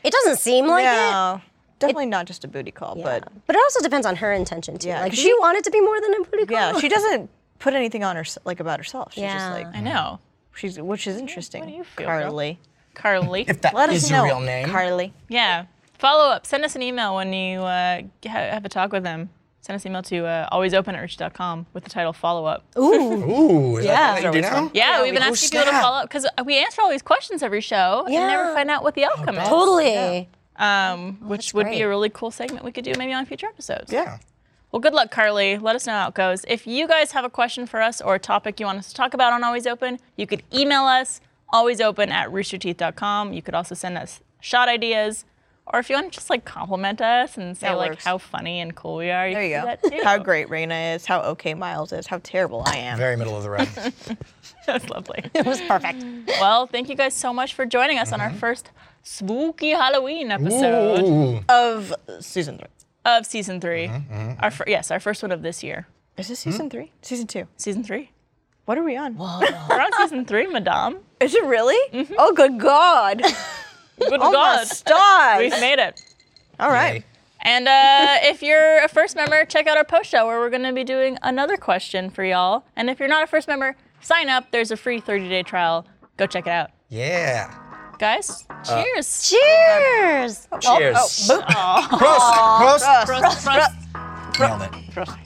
Speaker 2: It doesn't seem like it.
Speaker 4: no, definitely not just a booty call,
Speaker 2: Yeah.
Speaker 4: but
Speaker 2: But it also depends on her intention too.
Speaker 4: Yeah,
Speaker 2: Like
Speaker 4: 'cause
Speaker 2: she,
Speaker 4: she-
Speaker 2: wanted to be more than a booty call. [LAUGHS]
Speaker 4: yeah, she doesn't put anything on her like about herself. She's
Speaker 2: Yeah.
Speaker 4: just like
Speaker 1: I know.
Speaker 4: she's, which is interesting.
Speaker 1: do you feel, girl?
Speaker 4: Carly,
Speaker 1: Carly.
Speaker 3: If that is
Speaker 4: let us
Speaker 3: your
Speaker 4: know.
Speaker 3: real name.
Speaker 4: Carly.
Speaker 1: yeah. Follow up. Send us an email when you uh, ha- have a talk with them. Send us an email to uh, alwaysopen@reach.com with the title follow up.
Speaker 3: Ooh, is
Speaker 2: Yeah.
Speaker 3: that what you do now?
Speaker 1: Yeah, we've been
Speaker 3: Oh,
Speaker 1: asking people to
Speaker 3: snap.
Speaker 1: follow up because we answer all these questions every show and
Speaker 2: Yeah.
Speaker 1: never find out what the outcome is.
Speaker 2: Totally.
Speaker 1: Um, which
Speaker 2: that's
Speaker 1: would be
Speaker 2: great.
Speaker 1: a really cool segment we could do maybe on future episodes.
Speaker 3: Yeah.
Speaker 1: Well, good luck, Carly. Let us know how it goes. If you guys have a question for us or a topic you want us to talk about on Always Open, you could email us, alwaysopen at roosterteeth.com. You could also send us shot ideas. Or if you want to just like compliment us and say
Speaker 4: That
Speaker 1: like
Speaker 4: works.
Speaker 1: how funny and cool we are, you
Speaker 4: There you
Speaker 1: can
Speaker 4: go.
Speaker 1: do that too. [LAUGHS]
Speaker 4: How great Raina is. How okay Miles is. How terrible I am.
Speaker 3: Very middle of
Speaker 1: [LAUGHS]
Speaker 3: the road.
Speaker 1: That's
Speaker 4: [LAUGHS]
Speaker 1: lovely.
Speaker 2: It was perfect.
Speaker 1: well, thank you guys so much for joining us on
Speaker 4: Mm-hmm.
Speaker 1: our first spooky Halloween episode
Speaker 3: Ooh.
Speaker 4: of season three.
Speaker 1: of season 3
Speaker 4: Mm-hmm,
Speaker 1: Our fir- yes, our first one of this year.
Speaker 4: Is this
Speaker 3: Hmm?
Speaker 4: season three? Season two.
Speaker 1: Season three.
Speaker 4: What are we on?
Speaker 1: We're on season three, Madame.
Speaker 4: Is it really? Oh, good [LAUGHS] God.
Speaker 1: Good
Speaker 4: Oh, my
Speaker 1: God,
Speaker 4: [LAUGHS] stars.
Speaker 1: we've made it.
Speaker 4: All right.
Speaker 3: Yay.
Speaker 1: And uh, if you're a first member, check out our post show where we're going to be doing another question for y'all. And if you're not a first member, sign up. There's a free 30 day trial. Go check it out.
Speaker 3: Yeah.
Speaker 1: Guys, cheers.
Speaker 2: Cheers.
Speaker 3: Cheers.
Speaker 4: Oh, boop.
Speaker 3: Prost. Prost.
Speaker 1: Prost, prost.
Speaker 3: Nailed it.
Speaker 4: Trust me.